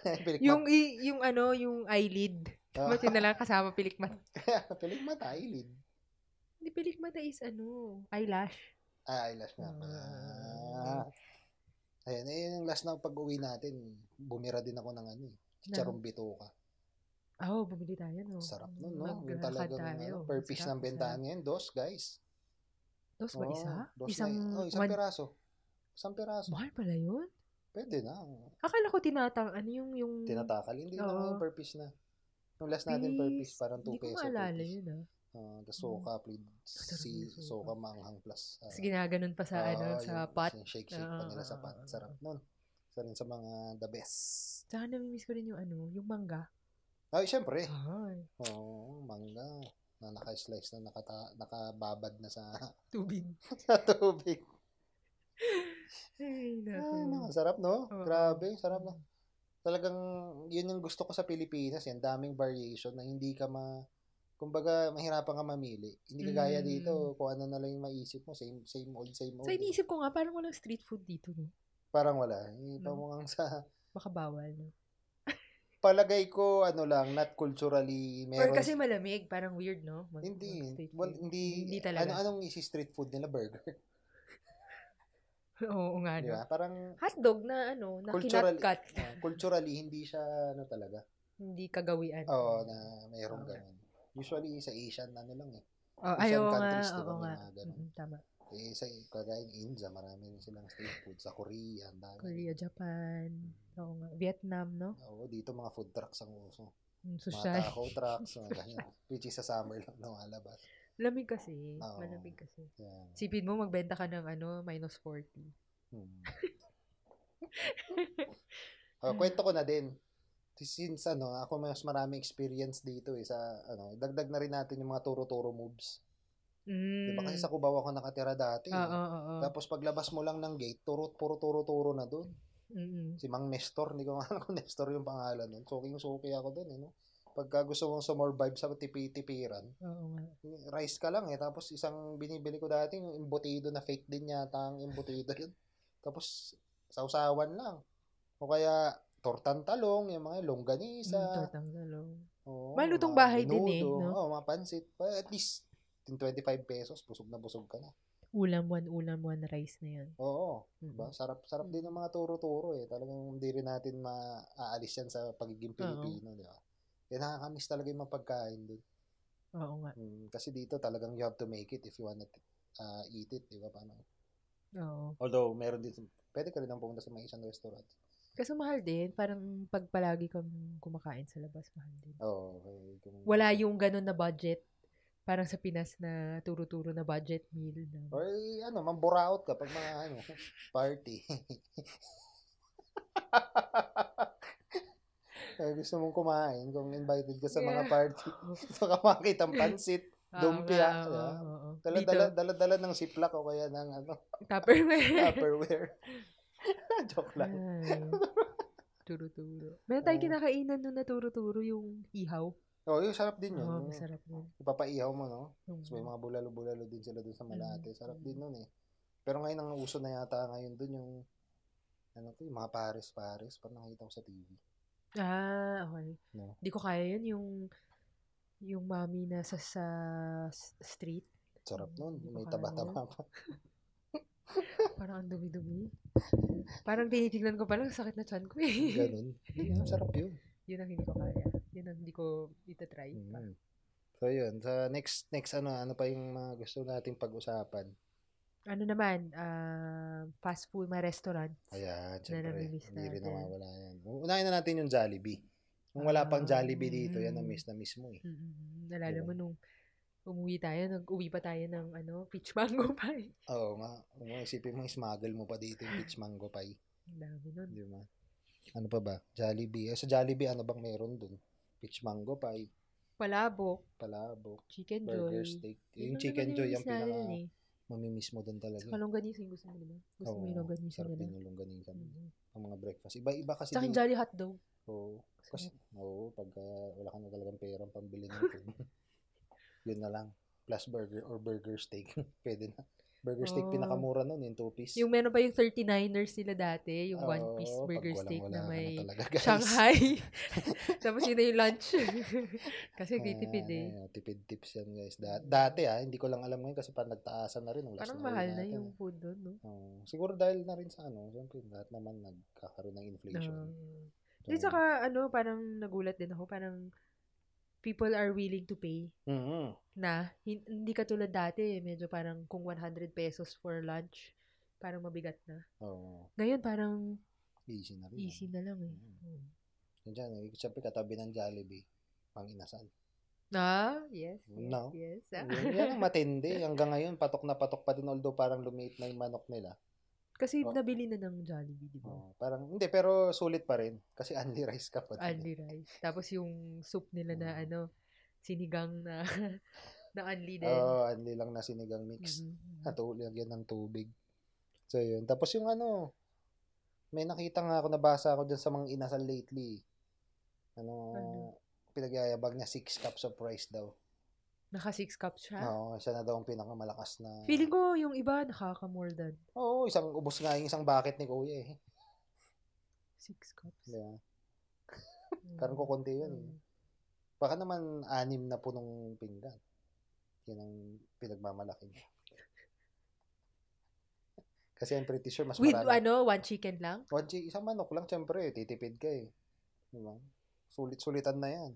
[SPEAKER 1] pilik
[SPEAKER 2] Yung, i- yung ano, yung eyelid.
[SPEAKER 1] mata.
[SPEAKER 2] Mas yun na lang kasama pilikmat.
[SPEAKER 1] Ah, pilik mata, eyelid.
[SPEAKER 2] Hindi pilikmat is ano, eyelash.
[SPEAKER 1] Ah, eyelash nga pala.
[SPEAKER 2] Ah.
[SPEAKER 1] Ayan, eh, yung last na pag-uwi natin, bumira din ako ng ano eh. Chicharong bituka.
[SPEAKER 2] Oo, oh, bumili tayo, no?
[SPEAKER 1] Sarap nun, no? Yung
[SPEAKER 2] Maglakad
[SPEAKER 1] talagang
[SPEAKER 2] tayo.
[SPEAKER 1] ano, per piece
[SPEAKER 2] Masarap,
[SPEAKER 1] ng
[SPEAKER 2] masarap.
[SPEAKER 1] bentahan ngayon, dos, guys.
[SPEAKER 2] Dos ba
[SPEAKER 1] Oo,
[SPEAKER 2] isa?
[SPEAKER 1] Dos
[SPEAKER 2] isang,
[SPEAKER 1] na, oh, isang
[SPEAKER 2] one,
[SPEAKER 1] piraso. Isang piraso.
[SPEAKER 2] mahal pala yun?
[SPEAKER 1] Pwede na.
[SPEAKER 2] Akala ko tinatang, ano yung, yung,
[SPEAKER 1] Tinatakal. Hindi na
[SPEAKER 2] Oo.
[SPEAKER 1] ngayon per piece na. Yung last natin per piece, parang 2
[SPEAKER 2] Hindi ko
[SPEAKER 1] peso.
[SPEAKER 2] maalala
[SPEAKER 1] yun.
[SPEAKER 2] yun, ah.
[SPEAKER 1] Tapos soka, please.
[SPEAKER 2] Sarap
[SPEAKER 1] Si,
[SPEAKER 2] yung soka.
[SPEAKER 1] soka manghang plus. ah,
[SPEAKER 2] Tapos ginaganon pa sa,
[SPEAKER 1] ah,
[SPEAKER 2] ano, sa
[SPEAKER 1] yun,
[SPEAKER 2] pot.
[SPEAKER 1] yung Shake-shake pa nila sa
[SPEAKER 2] Ah,
[SPEAKER 1] pot.
[SPEAKER 2] ah, ah,
[SPEAKER 1] Sarap nun. Isa rin sa mga the best.
[SPEAKER 2] Saka namimiss ko rin yung, ano, yung mangga.
[SPEAKER 1] Ay, syempre.
[SPEAKER 2] Ay,
[SPEAKER 1] Oo, mangga. Na naka-slice na nakata, nakababad na sa,
[SPEAKER 2] tubig.
[SPEAKER 1] sa tubig.
[SPEAKER 2] Ay, naku.
[SPEAKER 1] Ay, Ah, naku, sarap, no?
[SPEAKER 2] Oo.
[SPEAKER 1] Grabe, sarap na. Talagang, yun yung gusto ko sa Pilipinas, yan, daming variation na hindi ka ma... Kumbaga, mahirapan ka mamili. Hindi ka gaya
[SPEAKER 2] Mm.
[SPEAKER 1] dito, kung ano na lang yung maisip mo, same, same old, same old. eh.
[SPEAKER 2] So, iniisip ko nga, parang walang street food dito, no?
[SPEAKER 1] Parang wala. Eh,
[SPEAKER 2] No.
[SPEAKER 1] pamukhang sa...
[SPEAKER 2] Baka bawal, no?
[SPEAKER 1] Palagay ko, ano lang, not culturally,
[SPEAKER 2] Or
[SPEAKER 1] meron...
[SPEAKER 2] kasi malamig, parang weird, no? Mag-
[SPEAKER 1] hindi,
[SPEAKER 2] mag-street
[SPEAKER 1] well,
[SPEAKER 2] food.
[SPEAKER 1] hindi,
[SPEAKER 2] Hindi talaga.
[SPEAKER 1] Ano, anong isi-street food nila? Burger.
[SPEAKER 2] Oo nga,
[SPEAKER 1] Di
[SPEAKER 2] no?
[SPEAKER 1] ba? Parang,
[SPEAKER 2] Hotdog na, ano, na
[SPEAKER 1] Cultural-
[SPEAKER 2] kinatkat.
[SPEAKER 1] ah, culturally, hindi siya, ano talaga,
[SPEAKER 2] Hindi kagawian.
[SPEAKER 1] Oo, na mayroong
[SPEAKER 2] Okay.
[SPEAKER 1] ganun. Usually, sa Asian, ano lang eh.
[SPEAKER 2] Oh,
[SPEAKER 1] Asian
[SPEAKER 2] ayaw nga,
[SPEAKER 1] countries, di ba,
[SPEAKER 2] oo
[SPEAKER 1] may
[SPEAKER 2] nga.
[SPEAKER 1] mga ganun.
[SPEAKER 2] Mm, tama.
[SPEAKER 1] Eh, sa, kagaya ng India, marami rin silang street food. Sa Korea, ang dami.
[SPEAKER 2] Korea, Japan, oo nga. Vietnam, no?
[SPEAKER 1] Oo, dito mga food trucks ang uso. Mga
[SPEAKER 2] Mm, Sushai.
[SPEAKER 1] taco trucks, mga ganyan. Which is sa summer lang lumalabas.
[SPEAKER 2] Lamig kasi.
[SPEAKER 1] Oo.
[SPEAKER 2] Malamig kasi.
[SPEAKER 1] Yan.
[SPEAKER 2] Sipin mo, magbenta ka ng ano, minus 40.
[SPEAKER 1] Hmm. Oh, kwento ko na din. Since ano, ako mas marami experience dito eh sa ano, dagdag na rin natin yung mga turo-turo moves. 'Di
[SPEAKER 2] Mm.
[SPEAKER 1] ba kasi sa Cubao ako nakatira dati. eh.
[SPEAKER 2] Oo, oo, oo.
[SPEAKER 1] Tapos paglabas mo lang ng gate, turo puro turo-turo na doon.
[SPEAKER 2] Mm-mm.
[SPEAKER 1] Si Mang Nestor, hindi ko nga alam kung Nestor yung pangalan nun. Suking-suki ako dun, eh, no? Pagka gusto mong sa more vibe sa tipi-tipiran,
[SPEAKER 2] Oo nga.
[SPEAKER 1] rice ka lang eh. Tapos isang binibili ko dati, yung embutido na fake din yata ang embutido yun. Tapos sausawan lang. O kaya tortang talong, yung mga longganisa.
[SPEAKER 2] Mm, tortang galong.
[SPEAKER 1] oo,
[SPEAKER 2] Malutong
[SPEAKER 1] mga
[SPEAKER 2] bahay din eh,
[SPEAKER 1] menudo,
[SPEAKER 2] no?
[SPEAKER 1] Oo, mga pansit. Pa- At least, 25 pesos, busog na busog ka na.
[SPEAKER 2] Ulam one, ulam one rice na yun.
[SPEAKER 1] Oo.
[SPEAKER 2] Mm.
[SPEAKER 1] Diba? Sarap, sarap din ng mga turo-turo eh. Talagang hindi rin natin maaalis yan sa pagiging Pilipino, di ba? Kaya nakakamiss talaga yung mga pagkain doon.
[SPEAKER 2] Oo nga.
[SPEAKER 1] Mm, kasi dito talagang you have to make it if you wanna uh, eat it, di ba? Paano?
[SPEAKER 2] Oo.
[SPEAKER 1] Although, meron dito, pwede ka rin ang pumunta sa mga isang restaurant.
[SPEAKER 2] Kaso mahal din. Parang pag palagi kang kumakain sa labas, mahal din.
[SPEAKER 1] Oo. Oh,
[SPEAKER 2] Wala yung ganun na budget. parang sa Pinas na turo-turo na budget meal. Na,
[SPEAKER 1] Or ano, mamburaot ka pag mga ano, party. Kaya Eh, gusto mong kumain kung invited ka sa mga
[SPEAKER 2] Yeah.
[SPEAKER 1] party. Gusto ka makita ang pansit.
[SPEAKER 2] Ah,
[SPEAKER 1] Lumpia,
[SPEAKER 2] nga, oo,
[SPEAKER 1] yeah.
[SPEAKER 2] oo, oo.
[SPEAKER 1] Dala,
[SPEAKER 2] Dito,
[SPEAKER 1] dala, dala, dala ng siplak o kaya ng ano,
[SPEAKER 2] Tupperware.
[SPEAKER 1] Tupperware. Joke lang.
[SPEAKER 2] Ay, Turo-turo. Meron tayong
[SPEAKER 1] Ah.
[SPEAKER 2] kinakainan nung naturo-turo yung ihaw.
[SPEAKER 1] Oh, yung sarap din yun.
[SPEAKER 2] Mm. Oo,
[SPEAKER 1] Yung
[SPEAKER 2] masarap yun.
[SPEAKER 1] Ipapaihaw mo, no?
[SPEAKER 2] Yung-
[SPEAKER 1] Tapos may mga bulalo-bulalo din sila doon sa Malate. Sarap
[SPEAKER 2] Mm.
[SPEAKER 1] din nun eh. Pero ngayon ang uso na yata ngayon doon yung ano to, yung mga pares-pares. Parang nakita ko sa TV.
[SPEAKER 2] Ah, okay.
[SPEAKER 1] No.
[SPEAKER 2] Di ko kaya yun yung yung mami na sa sa s- street.
[SPEAKER 1] Sarap nun.
[SPEAKER 2] Mm, Hindi ko
[SPEAKER 1] May
[SPEAKER 2] kaya
[SPEAKER 1] taba-taba pa.
[SPEAKER 2] Parang ang dumi-dumi. Parang tinitignan ko pa lang, sakit na chan ko eh.
[SPEAKER 1] Ganun. Yeah, sarap yun.
[SPEAKER 2] yun ang hindi ko kaya. Yun ang hindi ko itatry. pa.
[SPEAKER 1] Mm. So yun. Sa next, next ano, ano pa yung mga gusto nating pag-usapan?
[SPEAKER 2] Ano naman, ah, fast food, mga restaurant.
[SPEAKER 1] Ayan, syempre.
[SPEAKER 2] namimiss
[SPEAKER 1] Hindi rin
[SPEAKER 2] natin.
[SPEAKER 1] nawawala yan. Unahin na natin yung Jollibee. Kung wala pang
[SPEAKER 2] Ah,
[SPEAKER 1] Jollibee dito, yan na
[SPEAKER 2] mm.
[SPEAKER 1] miss na miss mo eh.
[SPEAKER 2] Mm-mm. Mm-hmm. Nalala
[SPEAKER 1] Diba?
[SPEAKER 2] mo nung umuwi tayo, nag-uwi pa tayo ng ano, peach mango eh. pie.
[SPEAKER 1] Oo nga. Kung isipin mo, smuggle mo pa dito yung peach mango pie.
[SPEAKER 2] Ang dami nun.
[SPEAKER 1] Di ba? Ano pa ba? Jollibee. Eh, sa Jollibee, ano bang meron dun? Peach mango pie,
[SPEAKER 2] Palabok,
[SPEAKER 1] palabok,
[SPEAKER 2] chicken
[SPEAKER 1] burger,
[SPEAKER 2] joy.
[SPEAKER 1] steak. Eh,
[SPEAKER 2] Yun
[SPEAKER 1] Yung
[SPEAKER 2] lang
[SPEAKER 1] chicken
[SPEAKER 2] naman
[SPEAKER 1] joy, yung
[SPEAKER 2] miss natin
[SPEAKER 1] pinaka
[SPEAKER 2] eh.
[SPEAKER 1] mamimiss mo dun talaga.
[SPEAKER 2] Sa kalongganisa yung gusto mo, di ba? Gusto mo
[SPEAKER 1] Oo,
[SPEAKER 2] yung longganisa
[SPEAKER 1] Sarap
[SPEAKER 2] nila.
[SPEAKER 1] din yung longganisa.
[SPEAKER 2] Mm.
[SPEAKER 1] Ang mga breakfast. Iba-iba kasi.
[SPEAKER 2] Tsaka yung
[SPEAKER 1] din-
[SPEAKER 2] Jolly Hot Dog.
[SPEAKER 1] Oo. Kasi,
[SPEAKER 2] Sarap.
[SPEAKER 1] oo, pagka wala ka na talagang perang pambili nito. yun na lang. Plus burger or burger steak. Pwede na. Burger steak,
[SPEAKER 2] Oo.
[SPEAKER 1] pinakamura nun, yung two-piece.
[SPEAKER 2] Oh. Yung meron pa yung 39ers nila dati, yung one
[SPEAKER 1] Oo,
[SPEAKER 2] piece
[SPEAKER 1] pag
[SPEAKER 2] burger
[SPEAKER 1] walang
[SPEAKER 2] steak
[SPEAKER 1] wala
[SPEAKER 2] na
[SPEAKER 1] ka
[SPEAKER 2] may
[SPEAKER 1] talaga, guys.
[SPEAKER 2] Shanghai. Tapos yun na yung lunch. Kasi titipid
[SPEAKER 1] Ah,
[SPEAKER 2] eh.
[SPEAKER 1] ano, tipid tips yan guys. Da- dati ah, hindi ko lang alam ngayon kasi parang nagtaasan na rin. Ang last na
[SPEAKER 2] Parang
[SPEAKER 1] huli
[SPEAKER 2] mahal na
[SPEAKER 1] natin,
[SPEAKER 2] yung food doon, no?
[SPEAKER 1] eh. Oo. siguro dahil na rin sa ano, siyempre lahat naman nagkakaroon ng inflation.
[SPEAKER 2] Ah.
[SPEAKER 1] So,
[SPEAKER 2] Di saka, ano, parang nagulat din ako, parang people are willing to pay
[SPEAKER 1] mhm.
[SPEAKER 2] na. Hin- Hindi katulad dati, medyo parang kung 100 pesos for lunch, parang mabigat na.
[SPEAKER 1] Oo,
[SPEAKER 2] Ngayon, parang
[SPEAKER 1] easy na rin.
[SPEAKER 2] easy na lang eh. Mm.
[SPEAKER 1] Yan dyan, eh. siyempre katabi ng Jollibee, pang inasal.
[SPEAKER 2] Ah, yes. yes,
[SPEAKER 1] No.
[SPEAKER 2] Yes. ah.
[SPEAKER 1] Yan, yan ang matindi. Hanggang ngayon, patok na patok pa din although parang lumiit na yung manok nila.
[SPEAKER 2] Kasi
[SPEAKER 1] Oh.
[SPEAKER 2] nabili na ng Jollibee, di ba?
[SPEAKER 1] Oo, parang, hindi, pero sulit pa rin. Kasi only rice ka pa din.
[SPEAKER 2] Only Ano rice. Tapos yung soup nila na
[SPEAKER 1] Mm.
[SPEAKER 2] ano, sinigang na na only din.
[SPEAKER 1] Oo, only lang na sinigang mix.
[SPEAKER 2] Mhm.
[SPEAKER 1] Natulagyan ng tubig. So, yun. Tapos yung ano, may nakita nga ako, nabasa ako dyan sa mga inasal lately. Ano,
[SPEAKER 2] Ano?
[SPEAKER 1] pinagyayabag niya six cups of rice daw.
[SPEAKER 2] Naka six cups siya.
[SPEAKER 1] Oo, siya na daw ang pinakamalakas na...
[SPEAKER 2] Feeling ko yung iba nakaka more than
[SPEAKER 1] Oo, isang ubos nga yung isang bucket ni Kuya eh.
[SPEAKER 2] six cups.
[SPEAKER 1] Di ba?
[SPEAKER 2] Mm.
[SPEAKER 1] Karang ko konti yun. eh.
[SPEAKER 2] Mm.
[SPEAKER 1] Baka naman anim na punong pinggan. Yan ang pinagmamalaki niya. Kasi I'm pretty sure mas
[SPEAKER 2] With
[SPEAKER 1] marami.
[SPEAKER 2] ano, one chicken lang?
[SPEAKER 1] One chi- isang manok lang, syempre, titipid ka eh. Diba? Sulit-sulitan na yan.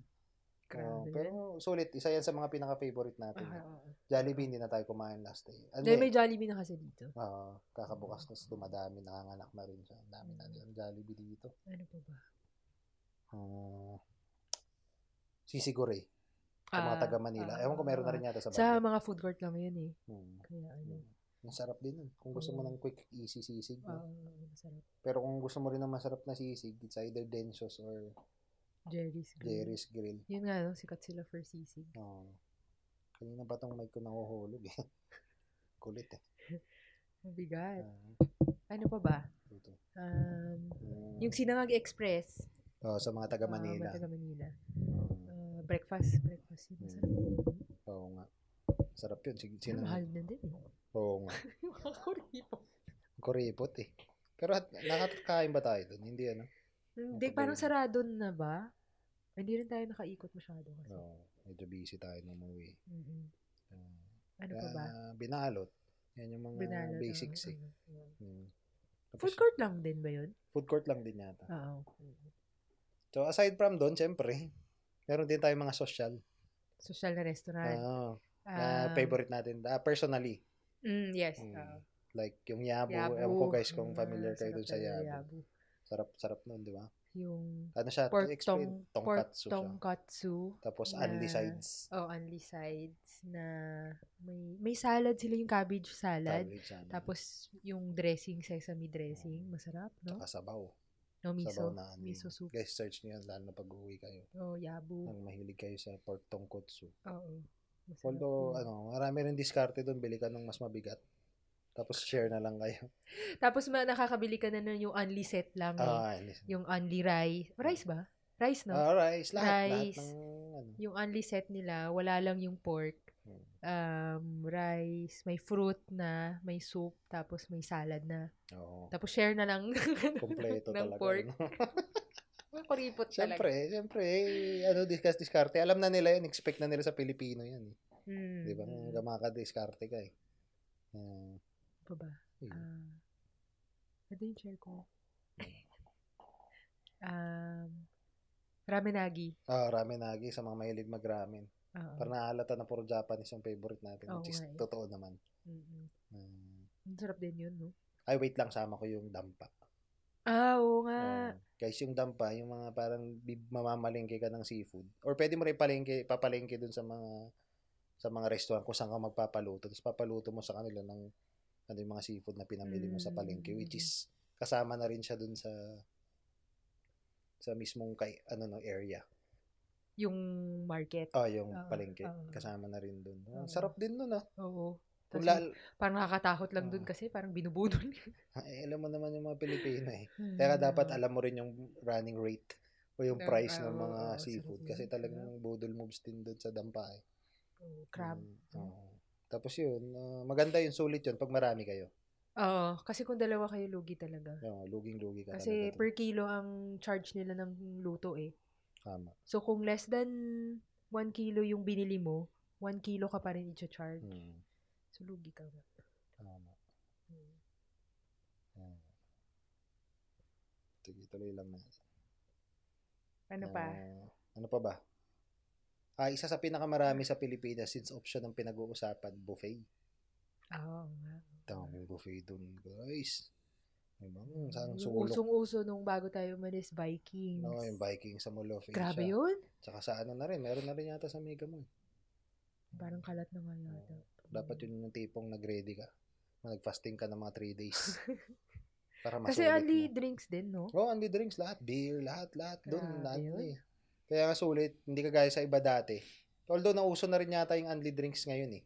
[SPEAKER 1] Oo,
[SPEAKER 2] Grabe.
[SPEAKER 1] pero sulit, isa yan sa mga pinaka-favorite natin.
[SPEAKER 2] Ah, ah, ah.
[SPEAKER 1] Jollibee, hindi na tayo kumain last day. Ano
[SPEAKER 2] Dahil
[SPEAKER 1] eh,
[SPEAKER 2] may Jollibee na kasi dito.
[SPEAKER 1] oo, kakabukas na dumadami, nanganganak na rin siya. Ang dami na
[SPEAKER 2] Mm.
[SPEAKER 1] rin Jollibee dito.
[SPEAKER 2] Ano pa ba?
[SPEAKER 1] Uh, sisigure, sa mga
[SPEAKER 2] Ah,
[SPEAKER 1] taga Manila.
[SPEAKER 2] ah,
[SPEAKER 1] Ewan ko meron na
[SPEAKER 2] ah,
[SPEAKER 1] rin yata sa
[SPEAKER 2] Sa
[SPEAKER 1] Baguio.
[SPEAKER 2] mga food court lang yun eh.
[SPEAKER 1] Hmm.
[SPEAKER 2] Kaya ano.
[SPEAKER 1] Ang sarap din nun. Kung gusto mo
[SPEAKER 2] Oo.
[SPEAKER 1] ng quick, easy sisig.
[SPEAKER 2] Mm. ah,
[SPEAKER 1] no?
[SPEAKER 2] ah, ah, masarap.
[SPEAKER 1] Pero kung gusto mo rin ng masarap na sisig, it's either Denso's or
[SPEAKER 2] Mm. Jerry's. Grill.
[SPEAKER 1] Jerry's Grill.
[SPEAKER 2] Yun nga, no? sikat sila for sisig.
[SPEAKER 1] Oo. Kanina pa tong mic ko nahuhulog eh. Kulit eh.
[SPEAKER 2] Mabigat.
[SPEAKER 1] Ah,
[SPEAKER 2] Ano pa ba?
[SPEAKER 1] ito.
[SPEAKER 2] Um,
[SPEAKER 1] Mm.
[SPEAKER 2] yung Sinangag Express.
[SPEAKER 1] Oo, sa mga taga
[SPEAKER 2] Ah,
[SPEAKER 1] Manila.
[SPEAKER 2] mga taga Manila.
[SPEAKER 1] Oo.
[SPEAKER 2] Ah, breakfast, breakfast yun. Masarap.
[SPEAKER 1] Oo nga. Sarap yun. ano. Sige,
[SPEAKER 2] Pero
[SPEAKER 1] sino?
[SPEAKER 2] mahal na din eh.
[SPEAKER 1] Oo nga.
[SPEAKER 2] Yung mga kuripot.
[SPEAKER 1] Kuripot eh. Pero at, nakakain ba tayo doon? Hindi ano?
[SPEAKER 2] Hindi,
[SPEAKER 1] pag-
[SPEAKER 2] parang sarado na ba? Hindi rin tayo nakaikot masyado kasi.
[SPEAKER 1] Oo. Medyo busy tayo ng movie.
[SPEAKER 2] Mm-mm. Ano pa ba?
[SPEAKER 1] Ah, binalot. Yan yung mga
[SPEAKER 2] Banana,
[SPEAKER 1] basics
[SPEAKER 2] oo,
[SPEAKER 1] eh.
[SPEAKER 2] oo, oo.
[SPEAKER 1] Mm. Tapos,
[SPEAKER 2] Food court lang din ba yun?
[SPEAKER 1] food court lang din yata.
[SPEAKER 2] Oo.
[SPEAKER 1] So aside from doon, syempre, meron din tayong mga social.
[SPEAKER 2] Social na restaurant.
[SPEAKER 1] Oo.
[SPEAKER 2] Ah,
[SPEAKER 1] na favorite natin. Ah, personally,
[SPEAKER 2] Mm, yes.
[SPEAKER 1] Mm.
[SPEAKER 2] oo.
[SPEAKER 1] Like, yung Yabo.
[SPEAKER 2] Yabo.
[SPEAKER 1] Ewan ko guys kung
[SPEAKER 2] Ah,
[SPEAKER 1] familiar kayo
[SPEAKER 2] sarap
[SPEAKER 1] dun sa
[SPEAKER 2] talaga
[SPEAKER 1] Yabo.
[SPEAKER 2] Yabo.
[SPEAKER 1] Sarap, sarap nun, di ba?
[SPEAKER 2] Yung
[SPEAKER 1] Ano siya?
[SPEAKER 2] pork
[SPEAKER 1] to explain.
[SPEAKER 2] tong, pork
[SPEAKER 1] Tongkatsu siya.
[SPEAKER 2] tongkatsu.
[SPEAKER 1] Tapos
[SPEAKER 2] na-
[SPEAKER 1] only sides.
[SPEAKER 2] Oh, only sides na may may salad sila yung cabbage salad.
[SPEAKER 1] Cabbage, ano,
[SPEAKER 2] Tapos yung dressing, sesame dressing, masarap, no?
[SPEAKER 1] tsaka sabaw. Sabaw
[SPEAKER 2] No ano? miso.
[SPEAKER 1] na ano.
[SPEAKER 2] Miso soup.
[SPEAKER 1] Guys, search niyo yan lalo na pag uwi kayo.
[SPEAKER 2] Oh, yabu.
[SPEAKER 1] Ang mahilig kayo sa pork tongkotsu.
[SPEAKER 2] Oo. Masarap
[SPEAKER 1] Although,
[SPEAKER 2] yun.
[SPEAKER 1] ano, marami rin diskarte doon. Bili ka ng mas mabigat. Tapos share na lang kayo.
[SPEAKER 2] Tapos ma nakakabili ka na nun yung only set lang. eh.
[SPEAKER 1] Ah, listen.
[SPEAKER 2] Yung only rice. Rice ba? Rice, no?
[SPEAKER 1] Ah, rice. Lahat,
[SPEAKER 2] Rice.
[SPEAKER 1] lahat ng, ano.
[SPEAKER 2] yung only set nila, wala lang yung pork,
[SPEAKER 1] Hmm.
[SPEAKER 2] um, rice, may fruit na, may soup, tapos may salad na.
[SPEAKER 1] Oo.
[SPEAKER 2] Tapos share na lang ng-
[SPEAKER 1] Kompleto talaga.
[SPEAKER 2] ng pork.
[SPEAKER 1] ano.
[SPEAKER 2] Kuripot talaga.
[SPEAKER 1] Siyempre, siyempre, ano, discuss, diskarte. Alam na nila yun, expect na nila sa Pilipino yan. eh.
[SPEAKER 2] Mm.
[SPEAKER 1] Di ba? Kung gamaka, diskarte ka eh. Ah,
[SPEAKER 2] Pa ba?
[SPEAKER 1] Ayun.
[SPEAKER 2] Ah. ano yung share ko? um, ramenagi.
[SPEAKER 1] ah,
[SPEAKER 2] Ah,
[SPEAKER 1] ramen nagi sa mga mahilig mag-ramen.
[SPEAKER 2] Oo.
[SPEAKER 1] Parang naalata na puro Japanese yung favorite natin,
[SPEAKER 2] Oo
[SPEAKER 1] which is
[SPEAKER 2] nga eh.
[SPEAKER 1] totoo naman.
[SPEAKER 2] Mm-mm.
[SPEAKER 1] Ah,
[SPEAKER 2] Ang sarap din yun, no?
[SPEAKER 1] ay, wait lang, sama ko yung dampa.
[SPEAKER 2] Ah, oo nga.
[SPEAKER 1] Ah, guys, yung dampa, yung mga parang bib- mamamalengke ka ng seafood. Or pwede mo rin palengke, papalengke dun sa mga sa mga restaurant kung saan ka magpapaluto. Tapos papaluto mo sa kanila ng ano yung mga seafood na pinamili mo sa palengke
[SPEAKER 2] Mm.
[SPEAKER 1] which is kasama na rin siya dun sa sa mismong kay ano no area.
[SPEAKER 2] Yung E um market.
[SPEAKER 1] Ah, yung
[SPEAKER 2] Oo,
[SPEAKER 1] palengke
[SPEAKER 2] oo.
[SPEAKER 1] kasama na rin dun. Ah,
[SPEAKER 2] Oo.
[SPEAKER 1] sarap din nun ah.
[SPEAKER 2] Oo.
[SPEAKER 1] Kung Ah.
[SPEAKER 2] Tapos
[SPEAKER 1] lal-
[SPEAKER 2] parang nakakatakot lang dun
[SPEAKER 1] Oo.
[SPEAKER 2] kasi parang binubunol.
[SPEAKER 1] eh, alam mo naman yung mga Pilipino eh. Kaya dapat
[SPEAKER 2] Mm.
[SPEAKER 1] alam mo rin yung running rate o yung
[SPEAKER 2] Tama,
[SPEAKER 1] price ng
[SPEAKER 2] oo,
[SPEAKER 1] mga
[SPEAKER 2] ah, oo,
[SPEAKER 1] seafood.
[SPEAKER 2] sarap
[SPEAKER 1] Kasi
[SPEAKER 2] yun,
[SPEAKER 1] talagang budol moves din doon sa dampa eh.
[SPEAKER 2] Oo, crab.
[SPEAKER 1] Mm, oo. Tapos yun, ah, maganda yun, sulit yun pag marami kayo.
[SPEAKER 2] Oo, kasi kung dalawa kayo, lugi talaga.
[SPEAKER 1] Oo, luging-lugi ka
[SPEAKER 2] Kasi
[SPEAKER 1] talaga. dun.
[SPEAKER 2] per kilo ang charge nila ng luto eh.
[SPEAKER 1] Tama.
[SPEAKER 2] So, kung less than 1 kilo yung binili mo, 1 kilo ka pa rin i-charge.
[SPEAKER 1] Mm,
[SPEAKER 2] So, lugi ka nga.
[SPEAKER 1] tama.
[SPEAKER 2] Mm.
[SPEAKER 1] Oo. Sige, tuloy lang na.
[SPEAKER 2] Ano pa?
[SPEAKER 1] Ah, ano pa ba? Ah, isa sa pinakamarami sa Pilipinas since option ang pinag-uusapan, buffet.
[SPEAKER 2] Oo nga.
[SPEAKER 1] Daming buffet doon, guys. Diba? Saan
[SPEAKER 2] Yung
[SPEAKER 1] sulok?
[SPEAKER 2] usong-uso nung bago tayo umalis, Vikings.
[SPEAKER 1] No, Ano, yung Viking sa Mall of Asia.
[SPEAKER 2] Grabe yun.
[SPEAKER 1] Tsaka sa ano na rin, meron na rin yata sa Mega Mall.
[SPEAKER 2] Parang kalat na nga yata.
[SPEAKER 1] Mm. Dapat yun yung tipong nag-ready ka. Nag-fasting ka ng mga 3 days. para masulit
[SPEAKER 2] Kasi only
[SPEAKER 1] mo.
[SPEAKER 2] drinks din, no?
[SPEAKER 1] Oh, only drinks. Lahat. Beer, lahat, lahat. Doon,
[SPEAKER 2] Grabe
[SPEAKER 1] lahat na
[SPEAKER 2] yun.
[SPEAKER 1] eh. Kaya nga sulit. Hindi ka gaya sa iba dati. Although, nauso na rin yata yung only drinks ngayon eh.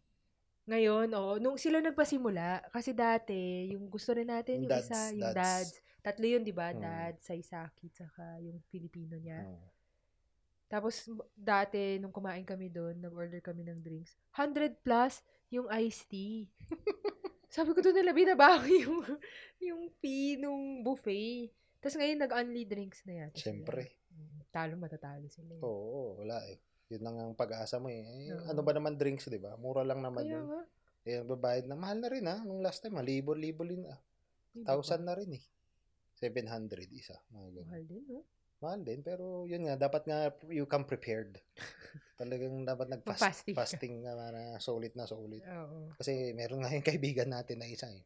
[SPEAKER 2] Ngayon, oo. Nung sila nagpasimula, kasi dati, yung gusto rin natin,
[SPEAKER 1] Yung
[SPEAKER 2] yung,
[SPEAKER 1] dads,
[SPEAKER 2] isa, yung
[SPEAKER 1] dads.
[SPEAKER 2] dads. Tatlo yun, di ba?
[SPEAKER 1] Mm.
[SPEAKER 2] Dad, Saisaki, tsaka yung Filipino niya.
[SPEAKER 1] Oo.
[SPEAKER 2] Tapos, m- dati, nung kumain kami doon, nag-order kami ng drinks, 100 plus yung iced tea. Sabi ko doon na labi na ba yung, yung fee nung buffet. Tapos ngayon, nag-only drinks na yata. sila.
[SPEAKER 1] Siyempre.
[SPEAKER 2] Mm, Talo, matatalo sila. eh.
[SPEAKER 1] Oo, wala eh. Yun lang ang pag-asa mo eh. Eh,
[SPEAKER 2] Oo.
[SPEAKER 1] Ano ba naman drinks, di ba? Mura lang naman
[SPEAKER 2] Kaya
[SPEAKER 1] yun.
[SPEAKER 2] nga.
[SPEAKER 1] Eh, babayad na. Mahal na rin ah. Nung last time, ah, libo-libo rin ah.
[SPEAKER 2] di ba?
[SPEAKER 1] 1,000 na rin eh. 700 isa. Mga ganun.
[SPEAKER 2] Mahal din, no?
[SPEAKER 1] Mahal din, pero yun nga, dapat nga you come prepared. Talagang dapat nag-fast,
[SPEAKER 2] Mag-fasting ka.
[SPEAKER 1] fasting na para solid na solid.
[SPEAKER 2] Oo.
[SPEAKER 1] Kasi meron nga yung kaibigan natin na isa eh.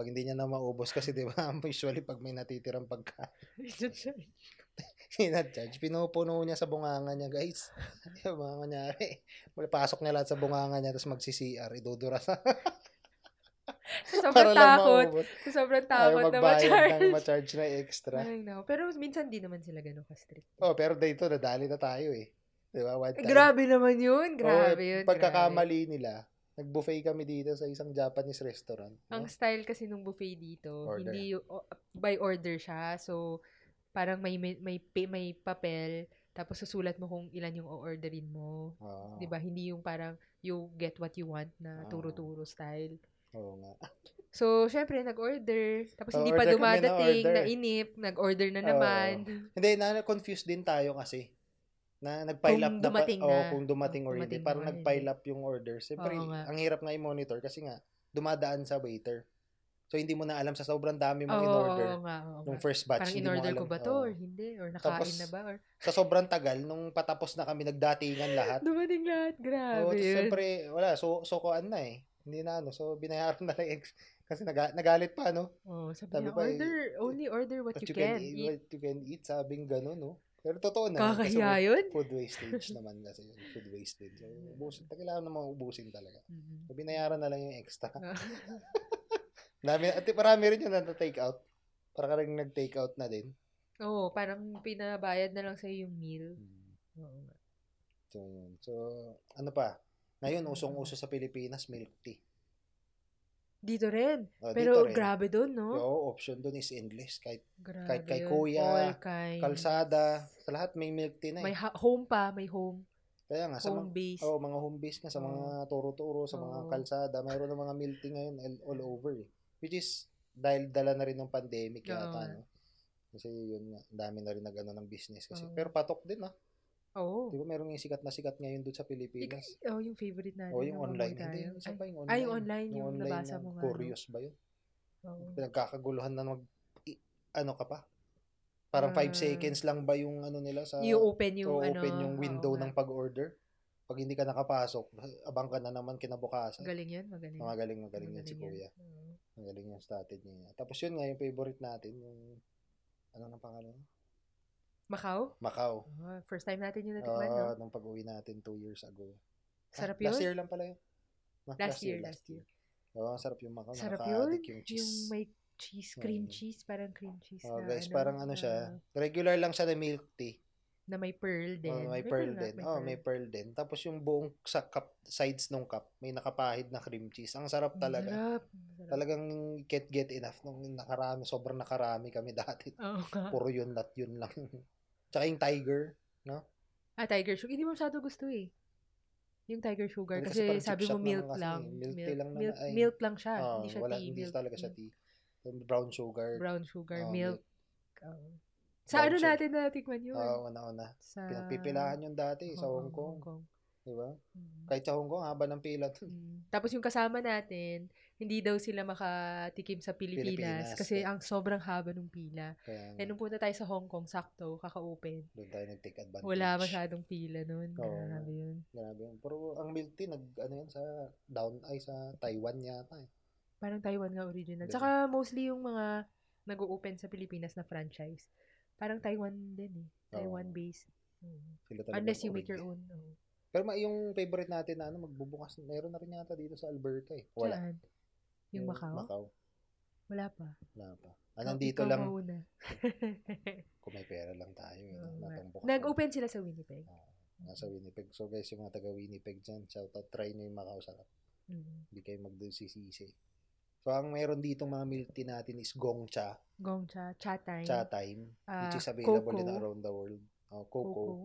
[SPEAKER 1] Pag hindi niya na maubos kasi, di ba, usually pag may natitirang pagkain, judge pinupuno niya sa bunganga niya, guys. Yung mga nangyari. Pasok niya lahat sa bunganga niya, tapos mag-CCR, idudura sa,
[SPEAKER 2] sobrang
[SPEAKER 1] para lang
[SPEAKER 2] takot.
[SPEAKER 1] maubos.
[SPEAKER 2] Sobrang
[SPEAKER 1] Ayaw
[SPEAKER 2] takot na
[SPEAKER 1] magbayad ng
[SPEAKER 2] ma-charge.
[SPEAKER 1] ma-charge na extra.
[SPEAKER 2] Ay, no. Pero minsan di naman sila ganun ka-strict.
[SPEAKER 1] Oh, pero dito, nadali na tayo eh. Di ba? One
[SPEAKER 2] Eh,
[SPEAKER 1] time.
[SPEAKER 2] grabe naman yun.
[SPEAKER 1] Oo, eh,
[SPEAKER 2] Grabe yun. grabe.
[SPEAKER 1] Pagkakamali nila, nag-buffet kami dito sa isang Japanese restaurant. no?
[SPEAKER 2] Ang style kasi nung buffet dito,
[SPEAKER 1] Order.
[SPEAKER 2] hindi y- o- by order siya. So, parang may may may, pa- may papel tapos susulat mo kung ilan yung o-orderin mo.
[SPEAKER 1] Oo.
[SPEAKER 2] 'Di ba? Hindi yung parang you get what you want
[SPEAKER 1] Ah.
[SPEAKER 2] na turo-turo style.
[SPEAKER 1] Oo nga.
[SPEAKER 2] So, syempre nag-order, tapos hindi pa
[SPEAKER 1] Pa-order kami na
[SPEAKER 2] dumadating,
[SPEAKER 1] order.
[SPEAKER 2] nainip, nag-order na naman.
[SPEAKER 1] Hindi, na-confuse din tayo kasi na nag-pile
[SPEAKER 2] Kung
[SPEAKER 1] up na
[SPEAKER 2] dumating
[SPEAKER 1] oh,
[SPEAKER 2] na.
[SPEAKER 1] kung dumating or hindi.
[SPEAKER 2] Dumating
[SPEAKER 1] Parang
[SPEAKER 2] or
[SPEAKER 1] nag-pile
[SPEAKER 2] hindi.
[SPEAKER 1] up yung order. Siyempre,
[SPEAKER 2] Oo nga.
[SPEAKER 1] ang hirap na i-monitor kasi nga, dumadaan sa waiter. So, hindi mo na alam sa sobrang dami
[SPEAKER 2] Oo,
[SPEAKER 1] mong in-order.
[SPEAKER 2] oo nga, oo
[SPEAKER 1] Nung
[SPEAKER 2] nga.
[SPEAKER 1] first batch,
[SPEAKER 2] Parang
[SPEAKER 1] hindi mo
[SPEAKER 2] in-order
[SPEAKER 1] alam.
[SPEAKER 2] ko ba to
[SPEAKER 1] oo.
[SPEAKER 2] or hindi? Or nakain
[SPEAKER 1] Tapos,
[SPEAKER 2] na ba? Or
[SPEAKER 1] Sa sobrang tagal, nung patapos na kami, nagdatingan lahat.
[SPEAKER 2] dumating lahat. Grabe
[SPEAKER 1] Oo, tapos
[SPEAKER 2] yun.
[SPEAKER 1] siyempre, wala, so, sokoan na eh. Hindi na ano, so binayaran na lang ex- Kasi naga, nagalit pa, no?
[SPEAKER 2] Oh, sabi,
[SPEAKER 1] Sabi
[SPEAKER 2] niya,
[SPEAKER 1] pa, eh,
[SPEAKER 2] order, only order what, you, can.
[SPEAKER 1] eat,
[SPEAKER 2] eat.
[SPEAKER 1] what you can eat, sabing gano'n, no? Pero totoo na. kasi
[SPEAKER 2] Kakahiya yun.
[SPEAKER 1] food wastage naman kasi yun, food wastage. So, ubusin, kailangan naman ubusin talaga.
[SPEAKER 2] Mhm.
[SPEAKER 1] So, binayaran na lang yung extra.
[SPEAKER 2] Ah.
[SPEAKER 1] Dami, at marami rin yung nata-take out. Para ka rin nag-take out na din.
[SPEAKER 2] Oo, parang pinabayad na lang sa'yo yung meal. Oo nga.
[SPEAKER 1] So, yun. So, ano pa? Ngayon,
[SPEAKER 2] Mm.
[SPEAKER 1] usong-uso sa Pilipinas, milk tea.
[SPEAKER 2] Dito rin.
[SPEAKER 1] Oh,
[SPEAKER 2] Pero
[SPEAKER 1] dito rin.
[SPEAKER 2] grabe doon, no?
[SPEAKER 1] Oo, option dun is endless. Kahit
[SPEAKER 2] Grabe
[SPEAKER 1] kahit kay
[SPEAKER 2] yun.
[SPEAKER 1] kuya,
[SPEAKER 2] All kinds.
[SPEAKER 1] kalsada, sa lahat may milk tea na eh.
[SPEAKER 2] May ha- home pa, may home.
[SPEAKER 1] Kaya nga, sa mga,
[SPEAKER 2] home base.
[SPEAKER 1] oh, mga home base nga, sa mga turo-turo, sa mga
[SPEAKER 2] Oo.
[SPEAKER 1] kalsada, mayroon ng mga milk tea ngayon all, all over eh. Which is, dahil dala na rin ng pandemic
[SPEAKER 2] Oo.
[SPEAKER 1] yata, no? Kasi yun, nga, ang dami na rin nag ano, ng business kasi.
[SPEAKER 2] Oo.
[SPEAKER 1] Pero patok din ah.
[SPEAKER 2] Oo.
[SPEAKER 1] Di ba meron yung sikat na sikat ngayon doon sa Pilipinas?
[SPEAKER 2] Oh, yung favorite natin.
[SPEAKER 1] O yung
[SPEAKER 2] nung
[SPEAKER 1] online.
[SPEAKER 2] mamay
[SPEAKER 1] Hindi,
[SPEAKER 2] tayo.
[SPEAKER 1] yung isa
[SPEAKER 2] Ay,
[SPEAKER 1] pa yung online.
[SPEAKER 2] ah, yung online, yung nabasa
[SPEAKER 1] na
[SPEAKER 2] mo nga, no?
[SPEAKER 1] Curious ba yun?
[SPEAKER 2] oo.
[SPEAKER 1] Pinagkakaguluhan na mag, i- ano ka pa? Parang 5
[SPEAKER 2] Ah.
[SPEAKER 1] seconds lang ba yung ano nila sa
[SPEAKER 2] You open yung,
[SPEAKER 1] o
[SPEAKER 2] ano,
[SPEAKER 1] open yung
[SPEAKER 2] oo
[SPEAKER 1] window
[SPEAKER 2] nga.
[SPEAKER 1] ng pag-order? Pag hindi ka nakapasok, abang ka na naman kinabukasan.
[SPEAKER 2] Galing yun, magaling.
[SPEAKER 1] Ang Magaling, magaling yan si Kuya.
[SPEAKER 2] Magaling Oo.
[SPEAKER 1] Ang galing yung statid niya. Tapos yun nga yung favorite natin, yung ano ng pangalan?
[SPEAKER 2] Macau?
[SPEAKER 1] Macau.
[SPEAKER 2] Ah, first time natin yung natikman, no?
[SPEAKER 1] Uh, nung pag-uwi natin two years ago. Ah,
[SPEAKER 2] Sarap yun.
[SPEAKER 1] Last year lang pala yun. Ah,
[SPEAKER 2] Last year, last year.
[SPEAKER 1] Oo, ang sarap yung Macau.
[SPEAKER 2] Sarap
[SPEAKER 1] Nakaka-addict Yung
[SPEAKER 2] Yung
[SPEAKER 1] Ano, cheese.
[SPEAKER 2] may cheese, cream
[SPEAKER 1] Oo.
[SPEAKER 2] cheese, parang cream cheese
[SPEAKER 1] Oh,
[SPEAKER 2] na
[SPEAKER 1] guys,
[SPEAKER 2] ano,
[SPEAKER 1] parang ano siya.
[SPEAKER 2] na-
[SPEAKER 1] Regular lang siya na milk tea.
[SPEAKER 2] na may pearl din.
[SPEAKER 1] Oh, may, pearl din. oh, may pearl din. Tapos yung buong sa cup, sides ng cup, may nakapahid na cream cheese. Ang sarap talaga.
[SPEAKER 2] Sarap.
[SPEAKER 1] Talagang can't get enough nung nakarami. Sobrang nakarami kami dati.
[SPEAKER 2] Oo nga.
[SPEAKER 1] Puro yun at yun lang. Tsaka yung tiger.
[SPEAKER 2] Ah, tiger sugar. Hindi mo masyado gusto eh. Yung tiger sugar.
[SPEAKER 1] Hindi, kasi
[SPEAKER 2] Kasi,
[SPEAKER 1] parang chip
[SPEAKER 2] sabi mo
[SPEAKER 1] shop lang
[SPEAKER 2] milk
[SPEAKER 1] kasi, eh.
[SPEAKER 2] lang.
[SPEAKER 1] milk tea lang na-
[SPEAKER 2] milk,
[SPEAKER 1] ay.
[SPEAKER 2] milk lang siya.
[SPEAKER 1] Oh,
[SPEAKER 2] Ah, hindi siya Hmm.
[SPEAKER 1] wala,
[SPEAKER 2] tea.
[SPEAKER 1] hindi
[SPEAKER 2] milk,
[SPEAKER 1] talaga siya tea. Yung brown sugar.
[SPEAKER 2] Brown sugar,
[SPEAKER 1] Oh,
[SPEAKER 2] milk.
[SPEAKER 1] milk.
[SPEAKER 2] Oo. Sa
[SPEAKER 1] Brown
[SPEAKER 2] ano
[SPEAKER 1] sugar.
[SPEAKER 2] natin natikman yun?
[SPEAKER 1] Oo, Ah, una-una.
[SPEAKER 2] sa...
[SPEAKER 1] Pinagpipilahan yun dati eh, sa
[SPEAKER 2] Ah. Oo,
[SPEAKER 1] Hong Kong. Di ba?
[SPEAKER 2] Mm.
[SPEAKER 1] Kahit sa Hong Kong, haba ng pila. dun.
[SPEAKER 2] Mm. Tapos yung kasama natin, hindi daw sila makatikim sa Pilipinas,
[SPEAKER 1] Pilipinas,
[SPEAKER 2] kasi
[SPEAKER 1] yeah.
[SPEAKER 2] ang sobrang haba ng pila.
[SPEAKER 1] Kaya
[SPEAKER 2] Eh, nung punta tayo sa Hong Kong, sakto, kaka-open.
[SPEAKER 1] doon tayo nag-take advantage.
[SPEAKER 2] Wala masyadong pila nun.
[SPEAKER 1] Oo.
[SPEAKER 2] Grabe yun.
[SPEAKER 1] Grabe yun. Pero ang milk tea, nag, ano yan, sa down, ay sa Taiwan yata eh.
[SPEAKER 2] Parang Taiwan nga original.
[SPEAKER 1] Diba?
[SPEAKER 2] Tsaka mostly yung mga nag-open sa Pilipinas na franchise. Parang Taiwan din eh.
[SPEAKER 1] Oo.
[SPEAKER 2] Taiwan-based. Mm.
[SPEAKER 1] Sila talaga
[SPEAKER 2] Unless
[SPEAKER 1] yung
[SPEAKER 2] you make your
[SPEAKER 1] origin.
[SPEAKER 2] own. oo.
[SPEAKER 1] Pero ma- yung favorite natin na ano, magbubukas, meron na rin yata dito sa Alberta eh. Wala.
[SPEAKER 2] Saan? ano? Yung Macau?
[SPEAKER 1] Macau.
[SPEAKER 2] Wala pa.
[SPEAKER 1] Wala pa.
[SPEAKER 2] Oh,
[SPEAKER 1] Ah, nandito
[SPEAKER 2] ikaw
[SPEAKER 1] lang,
[SPEAKER 2] mauna.
[SPEAKER 1] kung may pera lang tayo. Eh,
[SPEAKER 2] Oo nga.
[SPEAKER 1] natang bukas.
[SPEAKER 2] Nag-open sila sa Winnipeg.
[SPEAKER 1] Nasa Winnipeg. So guys, yung mga taga Winnipeg dyan, shout out, try nyo yung Macau sarap.
[SPEAKER 2] Mm.
[SPEAKER 1] Hindi kayo magdusisisi. So ang meron dito mga milk tea natin is Gongcha,
[SPEAKER 2] Gongcha, Cha Time.
[SPEAKER 1] Cha Time,
[SPEAKER 2] ah,
[SPEAKER 1] which is available
[SPEAKER 2] Coco.
[SPEAKER 1] in around the world. Oh, Coco.
[SPEAKER 2] Coco.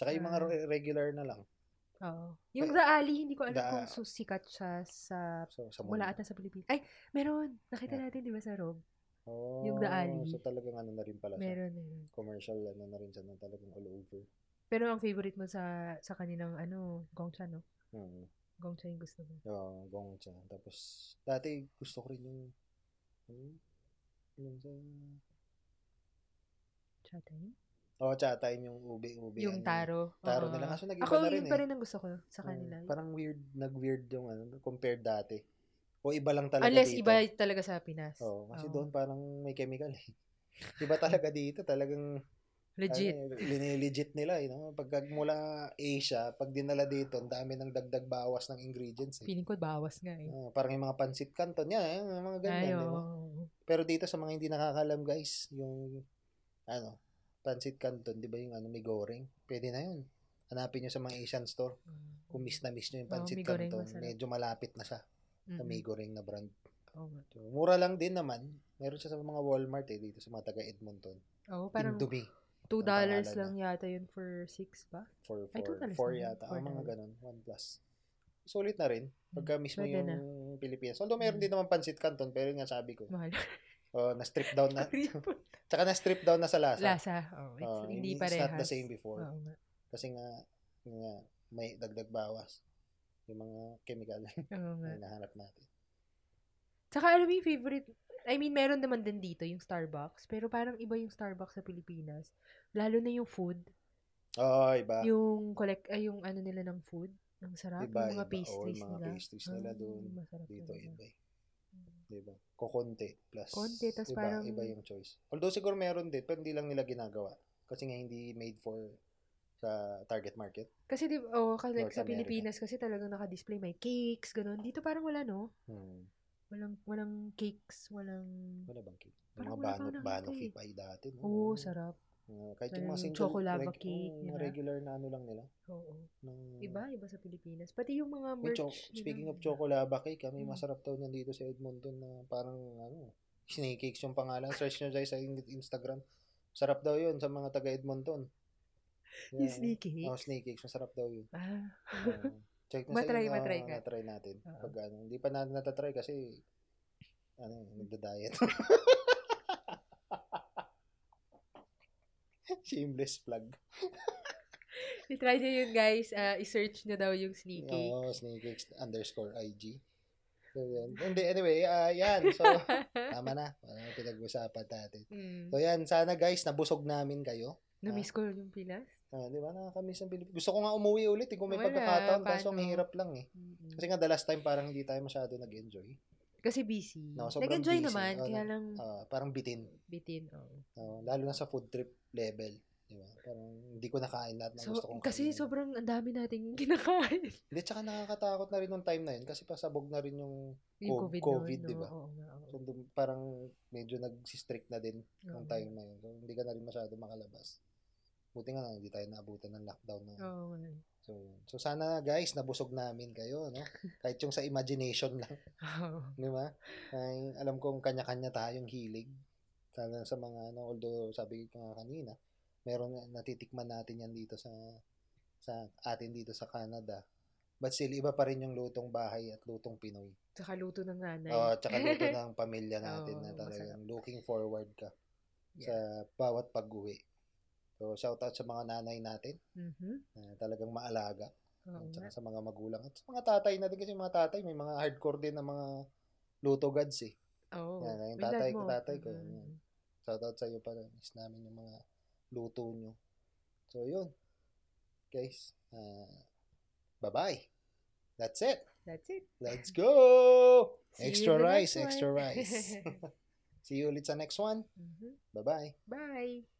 [SPEAKER 1] Tsaka yung mga
[SPEAKER 2] Ah.
[SPEAKER 1] re- regular na lang.
[SPEAKER 2] Oo. Yung Raali, hindi ko alam
[SPEAKER 1] Da-
[SPEAKER 2] kung susikat siya sa...
[SPEAKER 1] So, sa
[SPEAKER 2] Wala
[SPEAKER 1] mundo.
[SPEAKER 2] ata sa Pilipinas. Ay, meron! Nakita natin, di ba, sa Rob?
[SPEAKER 1] Oh,
[SPEAKER 2] Yung Daali.
[SPEAKER 1] So talagang ano na rin pala siya.
[SPEAKER 2] Meron, meron.
[SPEAKER 1] Commercial ano na rin siya na talagang all over.
[SPEAKER 2] Pero ang favorite mo sa sa kanilang, ano, Gongcha, no?
[SPEAKER 1] Hmm.
[SPEAKER 2] Gongcha yung gusto mo.
[SPEAKER 1] Oh, Gongcha. Tapos, dati gusto ko rin yung, ano yun? yung sa,
[SPEAKER 2] Cha Time?
[SPEAKER 1] oh, Chatay, yung ube, ube.
[SPEAKER 2] Yung
[SPEAKER 1] ano,
[SPEAKER 2] Taro.
[SPEAKER 1] Taro
[SPEAKER 2] Oo.
[SPEAKER 1] nila. Kaso nag-iba
[SPEAKER 2] Ako,
[SPEAKER 1] na rin
[SPEAKER 2] yun
[SPEAKER 1] eh.
[SPEAKER 2] pa rin ang gusto ko sa
[SPEAKER 1] Oo,
[SPEAKER 2] kanila.
[SPEAKER 1] parang weird, nag-weird yung ano, compared dati. O iba lang talaga
[SPEAKER 2] Unless
[SPEAKER 1] dito.
[SPEAKER 2] iba talaga sa Pinas.
[SPEAKER 1] Oh, kasi
[SPEAKER 2] Oo.
[SPEAKER 1] doon parang may chemical eh. Iba talaga dito, talagang
[SPEAKER 2] Legit.
[SPEAKER 1] Ano, linilegit nila, you know? Pag mula Asia, pag dinala dito, ang dami ng dagdag bawas ng ingredients. Eh.
[SPEAKER 2] Feeling ko bawas nga eh.
[SPEAKER 1] Ah, parang yung mga pansit canton, yan, eh, yung mga ganyan.
[SPEAKER 2] Ay,
[SPEAKER 1] di ba?
[SPEAKER 2] oo.
[SPEAKER 1] Pero dito sa mga hindi nakakalam, guys, yung ano, pansit canton, di ba yung ano, may goreng? Pwede na yun. Hanapin nyo sa mga Asian store. Kung miss na miss nyo yung
[SPEAKER 2] Oo,
[SPEAKER 1] pansit
[SPEAKER 2] may goreng
[SPEAKER 1] canton,
[SPEAKER 2] masarap. Mm-hmm.
[SPEAKER 1] medyo malapit na siya
[SPEAKER 2] Mm-mm.
[SPEAKER 1] sa may goreng na brand.
[SPEAKER 2] Oo nga.
[SPEAKER 1] So, mura lang din naman. Meron siya sa mga Walmart eh, dito sa mga taga Edmonton.
[SPEAKER 2] Oo, parang
[SPEAKER 1] Indomie.
[SPEAKER 2] $2
[SPEAKER 1] pangalan na.
[SPEAKER 2] lang yata yun for 6 ba?
[SPEAKER 1] for
[SPEAKER 2] Ay,
[SPEAKER 1] for
[SPEAKER 2] total is
[SPEAKER 1] four
[SPEAKER 2] nine.
[SPEAKER 1] yata.
[SPEAKER 2] Four
[SPEAKER 1] Ang mga
[SPEAKER 2] na.
[SPEAKER 1] ganun. One plus. So, ulit na rin. Pagka mismo
[SPEAKER 2] Hmm. pwede
[SPEAKER 1] yung
[SPEAKER 2] na.
[SPEAKER 1] Pilipinas. Although, meron
[SPEAKER 2] Mm.
[SPEAKER 1] din naman pancit canton, pero yun nga sabi ko.
[SPEAKER 2] Mahal.
[SPEAKER 1] Oh, na-strip down na.
[SPEAKER 2] Ripple.
[SPEAKER 1] Tsaka na-strip down na sa lasa.
[SPEAKER 2] Lasa. Oh, it's,
[SPEAKER 1] Oh,
[SPEAKER 2] hindi
[SPEAKER 1] it's
[SPEAKER 2] parehas. Oh.
[SPEAKER 1] not the same before.
[SPEAKER 2] Oo nga.
[SPEAKER 1] Kasi nga, yun nga, may dagdag bawas. Yung mga chemical na
[SPEAKER 2] Oo nga.
[SPEAKER 1] hinahanap natin.
[SPEAKER 2] Tsaka alam mo yung favorite, I mean, meron naman din dito yung Starbucks, pero parang iba yung Starbucks sa Pilipinas. Lalo na yung food,
[SPEAKER 1] Oh, iba.
[SPEAKER 2] yung collect, ay, yung ano nila ng food, ang sarap,
[SPEAKER 1] Iba,
[SPEAKER 2] yung
[SPEAKER 1] iba.
[SPEAKER 2] mga
[SPEAKER 1] Oo,
[SPEAKER 2] pastries
[SPEAKER 1] yung mga
[SPEAKER 2] nila.
[SPEAKER 1] pastries nila
[SPEAKER 2] Ah,
[SPEAKER 1] doon.
[SPEAKER 2] Masarap
[SPEAKER 1] Dito,
[SPEAKER 2] talaga. Hmm.
[SPEAKER 1] iba. eh. Di ba? Kukunti plus.
[SPEAKER 2] Konti, tas
[SPEAKER 1] iba,
[SPEAKER 2] parang-
[SPEAKER 1] Iba yung choice. Although siguro meron din, pero hindi lang nila ginagawa. Kasi nga hindi made for sa target market.
[SPEAKER 2] Kasi di oh, kasi like
[SPEAKER 1] North
[SPEAKER 2] sa
[SPEAKER 1] America.
[SPEAKER 2] Pilipinas kasi talagang naka-display may cakes, ganun. Dito parang wala no.
[SPEAKER 1] Hmm.
[SPEAKER 2] Walang walang cakes, walang
[SPEAKER 1] Wala bang cake? Yung
[SPEAKER 2] Parang
[SPEAKER 1] Mga
[SPEAKER 2] wala pa ako
[SPEAKER 1] banok, banok
[SPEAKER 2] nakita eh.
[SPEAKER 1] cake ay dati. no?
[SPEAKER 2] Oo, sarap.
[SPEAKER 1] Oo, kahit
[SPEAKER 2] Parang
[SPEAKER 1] yung mga
[SPEAKER 2] yung
[SPEAKER 1] single,
[SPEAKER 2] chocolate
[SPEAKER 1] reg-
[SPEAKER 2] cake,
[SPEAKER 1] oo,
[SPEAKER 2] di ba?
[SPEAKER 1] regular na ano lang nila.
[SPEAKER 2] Oo.
[SPEAKER 1] Ng,
[SPEAKER 2] Iba, iba sa Pilipinas. Pati yung mga
[SPEAKER 1] Yung
[SPEAKER 2] merch.
[SPEAKER 1] cho-
[SPEAKER 2] di ba?
[SPEAKER 1] speaking of chocolate cake, kami
[SPEAKER 2] Mm.
[SPEAKER 1] masarap daw niyan dito sa Edmonton na parang ano, snake cakes yung pangalan. Search nyo guys sa in- Instagram. Sarap daw yun sa mga taga Edmonton.
[SPEAKER 2] Yung sneaky cake.
[SPEAKER 1] Oh, snake cakes. Masarap daw yun.
[SPEAKER 2] Ah.
[SPEAKER 1] Oo. check na sa
[SPEAKER 2] Matry,
[SPEAKER 1] inyo,
[SPEAKER 2] matry
[SPEAKER 1] ah,
[SPEAKER 2] ka.
[SPEAKER 1] natry natin.
[SPEAKER 2] Oo.
[SPEAKER 1] Pag ano, hindi pa natin natatry kasi ano, eh, nagda-diet. Shameless plug.
[SPEAKER 2] I-try nyo yun, guys. Ah, i-search nyo daw yung sneaky.
[SPEAKER 1] Oo, snake cakes underscore IG. So, yan. Hindi, anyway, ah, yan. So, tama na. Parang pinag-usapan natin.
[SPEAKER 2] mm.
[SPEAKER 1] So, yan. Sana guys, nabusog namin kayo.
[SPEAKER 2] Na-miss ko yung Pinas.
[SPEAKER 1] Ah, di ba? Nakakamiss ang Pilipinas. Gusto ko nga umuwi ulit. Eh, kung may
[SPEAKER 2] Wala,
[SPEAKER 1] pagkakataon. Kaso
[SPEAKER 2] paano?
[SPEAKER 1] ang hirap lang eh.
[SPEAKER 2] Mm-mm.
[SPEAKER 1] Kasi nga, the last time parang hindi tayo masyado nag-enjoy.
[SPEAKER 2] Kasi busy.
[SPEAKER 1] No, sobrang
[SPEAKER 2] Nag-enjoy
[SPEAKER 1] busy.
[SPEAKER 2] naman,
[SPEAKER 1] Oo,
[SPEAKER 2] kaya
[SPEAKER 1] no.
[SPEAKER 2] lang
[SPEAKER 1] Ah, parang bitin.
[SPEAKER 2] bitin. oo.
[SPEAKER 1] Oo, ano, lalo na sa food trip level. Di ba? Parang hindi ko nakain lahat ng
[SPEAKER 2] So,
[SPEAKER 1] ano gusto kong
[SPEAKER 2] kasi
[SPEAKER 1] kainin.
[SPEAKER 2] sobrang ang dami nating kinakain.
[SPEAKER 1] Hindi, tsaka nakakatakot na rin nung time na yun kasi pasabog na rin yung
[SPEAKER 2] Yung
[SPEAKER 1] Co-
[SPEAKER 2] COVID,
[SPEAKER 1] COVID, diba? di
[SPEAKER 2] noon,
[SPEAKER 1] ba?
[SPEAKER 2] no? Oo nga, oo.
[SPEAKER 1] so, dum- parang medyo nag-strict na din nung
[SPEAKER 2] Oo.
[SPEAKER 1] time na yun. So, hindi ka na rin masyado makalabas. Buti nga na, hindi tayo naabutan ng lockdown na. yun.
[SPEAKER 2] Oo nga.
[SPEAKER 1] So, yun. so sana guys, nabusog namin kayo, no? Kahit yung sa imagination lang,
[SPEAKER 2] Oo.
[SPEAKER 1] di ba? Ay, alam kong kanya-kanya tayong hilig. Sana sa mga, ano, although sabi ko nga kanina, meron na- natitikman natin yan dito sa sa atin dito sa Canada. But still, iba pa rin yung lutong bahay at lutong Pinoy.
[SPEAKER 2] Tsaka luto ng nanay.
[SPEAKER 1] Oo, tsaka luto ng pamilya natin na
[SPEAKER 2] Oo,
[SPEAKER 1] talagang looking forward ka sa
[SPEAKER 2] Yeah.
[SPEAKER 1] bawat pag-uwi. So, shoutout sa mga nanay natin
[SPEAKER 2] Mhm.
[SPEAKER 1] na talagang maalaga.
[SPEAKER 2] Oo
[SPEAKER 1] At
[SPEAKER 2] nga.
[SPEAKER 1] saka sa mga magulang. At sa mga tatay na din kasi mga tatay, may mga hardcore din na mga luto gods eh.
[SPEAKER 2] Oo.
[SPEAKER 1] Yan, yung
[SPEAKER 2] May dad
[SPEAKER 1] tatay ko,
[SPEAKER 2] mo.
[SPEAKER 1] tatay ko,
[SPEAKER 2] Mm.
[SPEAKER 1] yan. Shoutout sa iyo para miss namin yung mga luto nyo. So, yun. Guys, ah, bye-bye. That's it.
[SPEAKER 2] That's it.
[SPEAKER 1] Let's go!
[SPEAKER 2] See you
[SPEAKER 1] Extra
[SPEAKER 2] in the
[SPEAKER 1] rice,
[SPEAKER 2] next one.
[SPEAKER 1] extra rice. See you ulit sa next one.
[SPEAKER 2] Mhm.
[SPEAKER 1] Bye-bye.
[SPEAKER 2] Bye.